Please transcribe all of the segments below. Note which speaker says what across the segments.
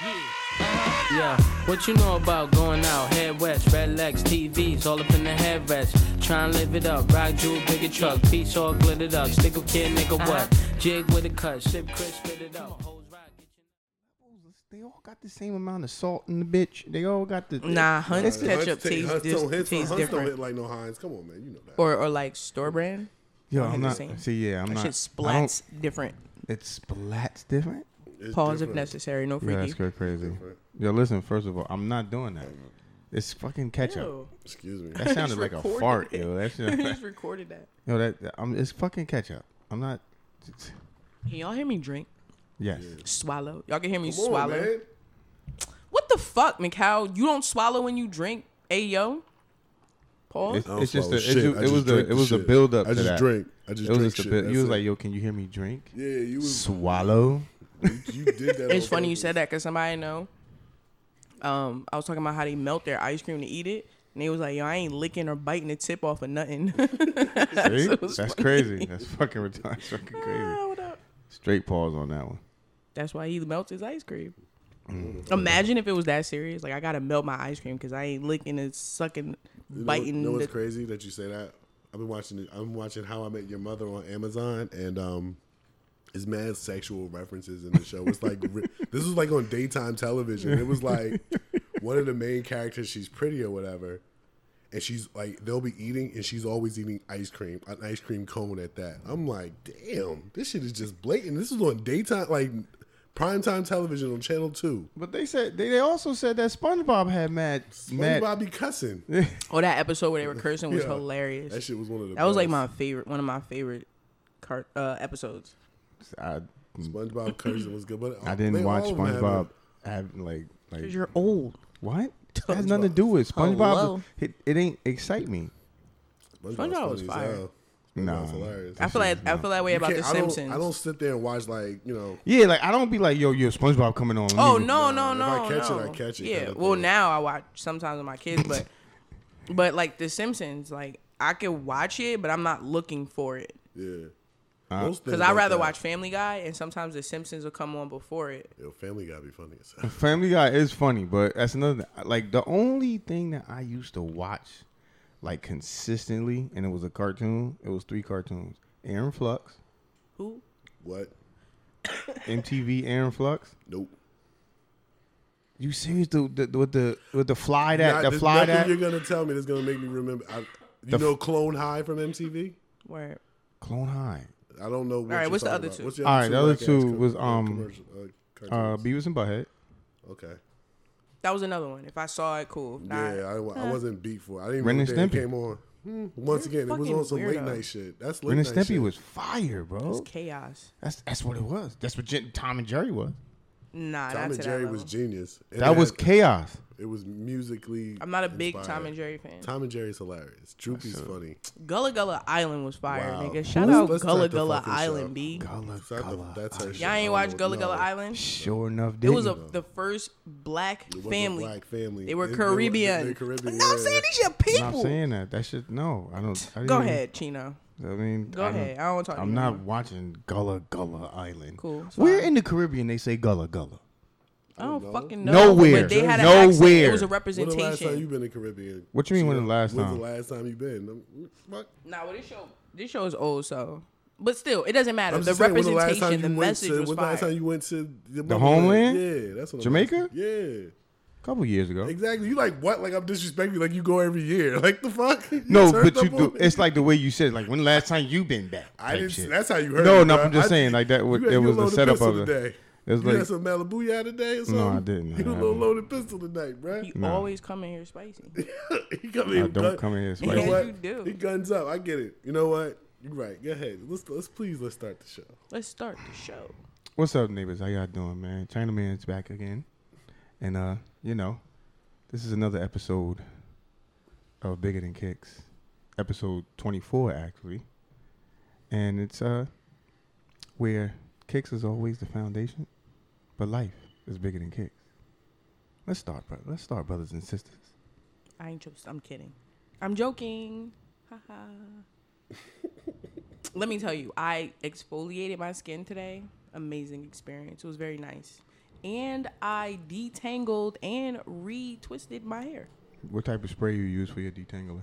Speaker 1: Yeah, what you know about going out? Head west, red legs, TVs, all up in the headrest. Try and live it up, rock jewel, bigger truck, piece all glittered up. Stick a kid, nigga, what? Jig with a cut, sip crisp, spit it up. Hoes rock, get your-
Speaker 2: They all got the same amount of salt in the bitch. They all got the
Speaker 3: Nah, Hunt's
Speaker 4: Hunts
Speaker 3: ketchup
Speaker 4: take-
Speaker 3: tastes
Speaker 4: Hunts
Speaker 3: dis-
Speaker 4: don't hit-
Speaker 3: tastes
Speaker 4: Hunts don't
Speaker 3: different.
Speaker 4: hit like no Heinz. Come on, man, you know that.
Speaker 3: Or or like store brand.
Speaker 2: Yo,
Speaker 3: Don't
Speaker 2: I'm
Speaker 3: hit the
Speaker 2: not.
Speaker 3: same.
Speaker 2: See, yeah, I'm
Speaker 3: That
Speaker 2: not.
Speaker 3: shit
Speaker 2: I don't-
Speaker 3: splats different.
Speaker 2: It splats different.
Speaker 4: It's
Speaker 3: Pause if
Speaker 4: different.
Speaker 3: necessary. No
Speaker 2: Yeah,
Speaker 3: freaky.
Speaker 2: that's cra- crazy. Yo, listen. First of all, I'm not doing that. It's fucking ketchup.
Speaker 3: Ew.
Speaker 4: Excuse me.
Speaker 2: That sounded like a
Speaker 3: recorded
Speaker 2: fart. Yo, that
Speaker 3: He
Speaker 2: shit.
Speaker 3: just recorded that.
Speaker 2: yo, that that- I'm, it's fucking ketchup. I'm not.
Speaker 3: Can y'all hear me drink?
Speaker 2: Yes.
Speaker 3: Swallow. Y'all can hear me
Speaker 4: Come on,
Speaker 3: swallow.
Speaker 4: man.
Speaker 3: What the fuck, Mikhail? You don't swallow when you drink, ayo? Pause.
Speaker 2: It's,
Speaker 4: I don't
Speaker 2: it's just. A,
Speaker 4: swallow
Speaker 2: it's
Speaker 4: shit.
Speaker 2: ju- it
Speaker 4: I
Speaker 2: was
Speaker 4: just
Speaker 2: the.
Speaker 4: drink
Speaker 2: It was the
Speaker 4: shit.
Speaker 2: build up.
Speaker 4: I just
Speaker 2: to that.
Speaker 4: drink. I just
Speaker 2: it was
Speaker 4: drink
Speaker 2: just a
Speaker 4: shit.
Speaker 2: build. You
Speaker 4: That's
Speaker 2: was
Speaker 4: it.
Speaker 2: like, yo, can you hear me drink?
Speaker 4: yeah, you was
Speaker 2: Swallow.
Speaker 4: you did that.
Speaker 3: It's
Speaker 4: on
Speaker 3: funny you
Speaker 4: purpose.
Speaker 3: said that because somebody I know. Um, I was talking about how they melt their ice cream to eat it, and they was like, "Yo, I ain't licking or biting the tip off of nothing."
Speaker 2: See?
Speaker 3: So
Speaker 2: That's
Speaker 3: it's funny.
Speaker 2: crazy. That's fucking retarded. That's fucking crazy.
Speaker 3: Hold Ah, up.
Speaker 2: Straight pause on that one.
Speaker 3: That's why he melts his ice cream.
Speaker 4: Mm.
Speaker 3: Imagine if it was that serious. Like I gotta melt my ice cream because I ain't licking and sucking,
Speaker 4: You know what-
Speaker 3: biting.
Speaker 4: You know what's
Speaker 3: the-
Speaker 4: crazy that you say that? I've been watching. it- I'm watching How I Met Your Mother on Amazon, and um, it's mad sexual references in the show. It's like re- this was like on daytime television. It was like one of the main characters. She's pretty or whatever, and she's like they'll be eating, and she's always eating ice cream, an ice cream cone at that. I'm like, damn, this shit is just blatant. This is on daytime, like primetime television on Channel Two.
Speaker 2: But they said they, they also said that SpongeBob had mad mad.
Speaker 4: SpongeBob be cussing.
Speaker 3: oh, that episode where they were cursing was
Speaker 4: Yeah.
Speaker 3: hilarious.
Speaker 4: That shit was one of the.
Speaker 3: That was like
Speaker 4: best.
Speaker 3: my favorite, one of my favorite car- uh, episodes.
Speaker 2: I,
Speaker 4: SpongeBob cursing was good, but
Speaker 2: Mm. I didn't
Speaker 4: they-
Speaker 2: watch
Speaker 4: all of them have
Speaker 2: SpongeBob
Speaker 4: it.
Speaker 2: have like like
Speaker 3: you're old.
Speaker 2: what? That has nothing to do with
Speaker 3: Oh,
Speaker 2: SpongeBob.
Speaker 3: Hello.
Speaker 2: It, it ain't excite me.
Speaker 4: SpongeBob's
Speaker 3: SpongeBob was
Speaker 4: funny as
Speaker 3: fire.
Speaker 4: hell.
Speaker 2: Nah.
Speaker 4: SpongeBob's hilarious.
Speaker 3: I feel like I feel that way
Speaker 4: You
Speaker 3: about
Speaker 4: can't-
Speaker 3: the
Speaker 4: I don't-
Speaker 3: Simpsons.
Speaker 4: I don't sit there and watch like you know.
Speaker 2: Yeah, like I don't be like yo yo SpongeBob coming on.
Speaker 3: oh
Speaker 2: Nigga.
Speaker 3: no, no, no,
Speaker 4: Nah, if I catch it,
Speaker 3: no.
Speaker 4: I catch it
Speaker 3: Yeah.
Speaker 4: kinda
Speaker 3: well,
Speaker 4: thing.
Speaker 3: now I watch sometimes with my kids, but but like the Simpsons, like I can watch it, but I'm not looking for it
Speaker 4: Yeah.
Speaker 2: Uh,
Speaker 3: because I rather watch Family Guy, and sometimes the Simpsons will come on before it.
Speaker 4: Yo, Family Guy be funny as hell.
Speaker 2: Family Guy is funny, but that's another thing. like the only thing that I used to watch like consistently, and it was a cartoon. It was three cartoons: Aaron Flux,
Speaker 3: Who?
Speaker 4: What?
Speaker 2: MTV Aaron Flux.
Speaker 4: Nope.
Speaker 2: You serious? The, the with the with the fly that
Speaker 4: Not-
Speaker 2: the
Speaker 4: there's
Speaker 2: fly
Speaker 4: nothing
Speaker 2: that
Speaker 4: you're gonna tell me that's gonna make me remember. I, you know, Clone High from MTV.
Speaker 3: Where?
Speaker 2: Clone High.
Speaker 4: I don't know. What
Speaker 3: right,
Speaker 4: you're
Speaker 3: what's the
Speaker 4: talking
Speaker 3: other
Speaker 4: about.
Speaker 3: two?
Speaker 4: What's the
Speaker 2: All right, the other
Speaker 4: podcast
Speaker 2: two
Speaker 4: co-
Speaker 2: was,
Speaker 4: uh,
Speaker 2: um,
Speaker 4: commercial, uh,
Speaker 2: Uh,
Speaker 4: cartoons?
Speaker 2: Beavis and Butthead.
Speaker 4: okay.
Speaker 3: That was another one. If I saw it, cool. If not,
Speaker 4: Yeah, I, I wasn't beat for. it. I didn't
Speaker 2: Ren and
Speaker 4: even think it
Speaker 2: Stimpy.
Speaker 4: came on. Hmm, Once
Speaker 3: You're a
Speaker 4: again, it was
Speaker 3: fucking
Speaker 4: on some late
Speaker 3: weirdo.
Speaker 4: night shit. That's late
Speaker 2: Ren and
Speaker 4: night
Speaker 2: Stimpy
Speaker 4: shit.
Speaker 2: was fire,
Speaker 3: it's
Speaker 2: bro.
Speaker 3: chaos.
Speaker 2: That's that's what it was. That's what Gen- Tom and Jerry was.
Speaker 3: Nah,
Speaker 4: Tom
Speaker 3: not
Speaker 4: and
Speaker 3: to
Speaker 4: Jerry
Speaker 3: that
Speaker 4: was
Speaker 3: level.
Speaker 4: genius. And
Speaker 2: That
Speaker 4: it
Speaker 2: was
Speaker 4: had-
Speaker 2: chaos.
Speaker 4: It was musically.
Speaker 3: I'm not a big
Speaker 4: inspired.
Speaker 3: Tom and Jerry fan.
Speaker 4: Tom and Jerry's hilarious. Droopy's funny.
Speaker 3: Gullah Gullah Island was fire,
Speaker 4: Wow.
Speaker 3: nigga. Shout
Speaker 4: Let's-
Speaker 3: out
Speaker 4: let's
Speaker 3: Gullah
Speaker 4: start the
Speaker 3: Gullah
Speaker 4: fucking
Speaker 3: Island,
Speaker 4: show.
Speaker 3: B.
Speaker 2: Gullah,
Speaker 4: Is that the-
Speaker 2: gullah.
Speaker 4: that's her shit.
Speaker 3: Y'all
Speaker 4: I
Speaker 3: ain't
Speaker 4: don't
Speaker 3: watch
Speaker 4: know-
Speaker 3: Gullah
Speaker 4: no.
Speaker 3: Gullah Island?
Speaker 2: Sure enough,
Speaker 3: It was a,
Speaker 2: didn't.
Speaker 3: the first black
Speaker 4: It was a
Speaker 3: family.
Speaker 4: black family.
Speaker 3: They were
Speaker 4: It-
Speaker 3: Caribbean.
Speaker 4: They, were Caribbean.
Speaker 3: No, I'm
Speaker 4: yeah.
Speaker 3: saying these your
Speaker 2: I'm
Speaker 3: people.
Speaker 2: not saying that. That shit. No, I don't. I
Speaker 3: Go
Speaker 2: didn't-
Speaker 3: ahead, Chino.
Speaker 2: I mean,
Speaker 3: Go
Speaker 2: I
Speaker 3: ahead.
Speaker 2: don't-
Speaker 3: I don't want to talk.
Speaker 2: I'm
Speaker 3: to you.
Speaker 2: not watching Gullah Gullah Island.
Speaker 3: Cool, it's
Speaker 2: Where
Speaker 3: fine.
Speaker 2: in the Caribbean they say Gullah Gullah?
Speaker 3: I don't fucking know.
Speaker 2: Nowhere.
Speaker 3: But they had an accent.
Speaker 2: Nowhere.
Speaker 3: It was a
Speaker 4: When the last time you
Speaker 3: representation.
Speaker 4: been to Caribbean?
Speaker 2: What you mean, when the last
Speaker 4: When's
Speaker 2: time?
Speaker 4: the last time you been? Um, Fuck.
Speaker 3: Nah, well, this show, this show is old, so. But still, it doesn't matter.
Speaker 4: I'm
Speaker 3: The
Speaker 4: just saying, when the last
Speaker 3: representation,
Speaker 4: time
Speaker 3: the
Speaker 4: you went
Speaker 3: message
Speaker 4: to-
Speaker 3: was
Speaker 4: When the
Speaker 3: fire.
Speaker 4: last time you went to the, motherland?
Speaker 2: homeland?
Speaker 4: Yeah, that's what I'm
Speaker 2: Jamaica?
Speaker 4: asking. Yeah.
Speaker 2: A couple years ago.
Speaker 4: Exactly. You like what? Like I'm disrespecting. you, Like you go every year. Like the fuck? You
Speaker 2: No,
Speaker 4: turned
Speaker 2: but
Speaker 4: up
Speaker 2: you do.
Speaker 4: on me.
Speaker 2: It's like the way you said. Like when the last time you been back?
Speaker 4: I
Speaker 2: type
Speaker 4: didn't.
Speaker 2: shit.
Speaker 4: That's how you heard.
Speaker 2: No,
Speaker 4: it,
Speaker 2: no,
Speaker 4: bruh.
Speaker 2: I'm just
Speaker 4: I-
Speaker 2: saying, like, that was-
Speaker 4: you had
Speaker 2: it
Speaker 4: your
Speaker 2: was the
Speaker 4: loaded
Speaker 2: setup
Speaker 4: pistol
Speaker 2: of it.
Speaker 4: Today.
Speaker 2: It was
Speaker 4: you
Speaker 2: like-
Speaker 4: had some Malibu out today or something.
Speaker 2: No, I didn't. I
Speaker 4: You a little
Speaker 2: haven't.
Speaker 4: loaded pistol tonight, bruh.
Speaker 3: you always come in here spicy.
Speaker 4: he come in.
Speaker 2: I uh, don't come in here
Speaker 4: You know
Speaker 2: spicy.
Speaker 4: what?
Speaker 3: You do.
Speaker 4: He guns up. I get it. You know what? You're right. Go ahead. Let's let's please let's start the show.
Speaker 3: Let's start the show.
Speaker 2: What's up, neighbors? How y'all doing, man? Chinaman's back again, and uh, you know, this is another episode of Bigger Than Kicks, episode twenty-four actually, and it's uh, where kicks is always the foundation, but life is bigger than kicks. Let's start, brother. Let's start, brothers and sisters.
Speaker 3: I ain't just. I'm kidding. I'm joking. Ha ha. Let me tell you, I exfoliated my skin today. Amazing experience. It was very nice. and I detangled and retwisted my hair.
Speaker 2: What type of spray you use for your detangler?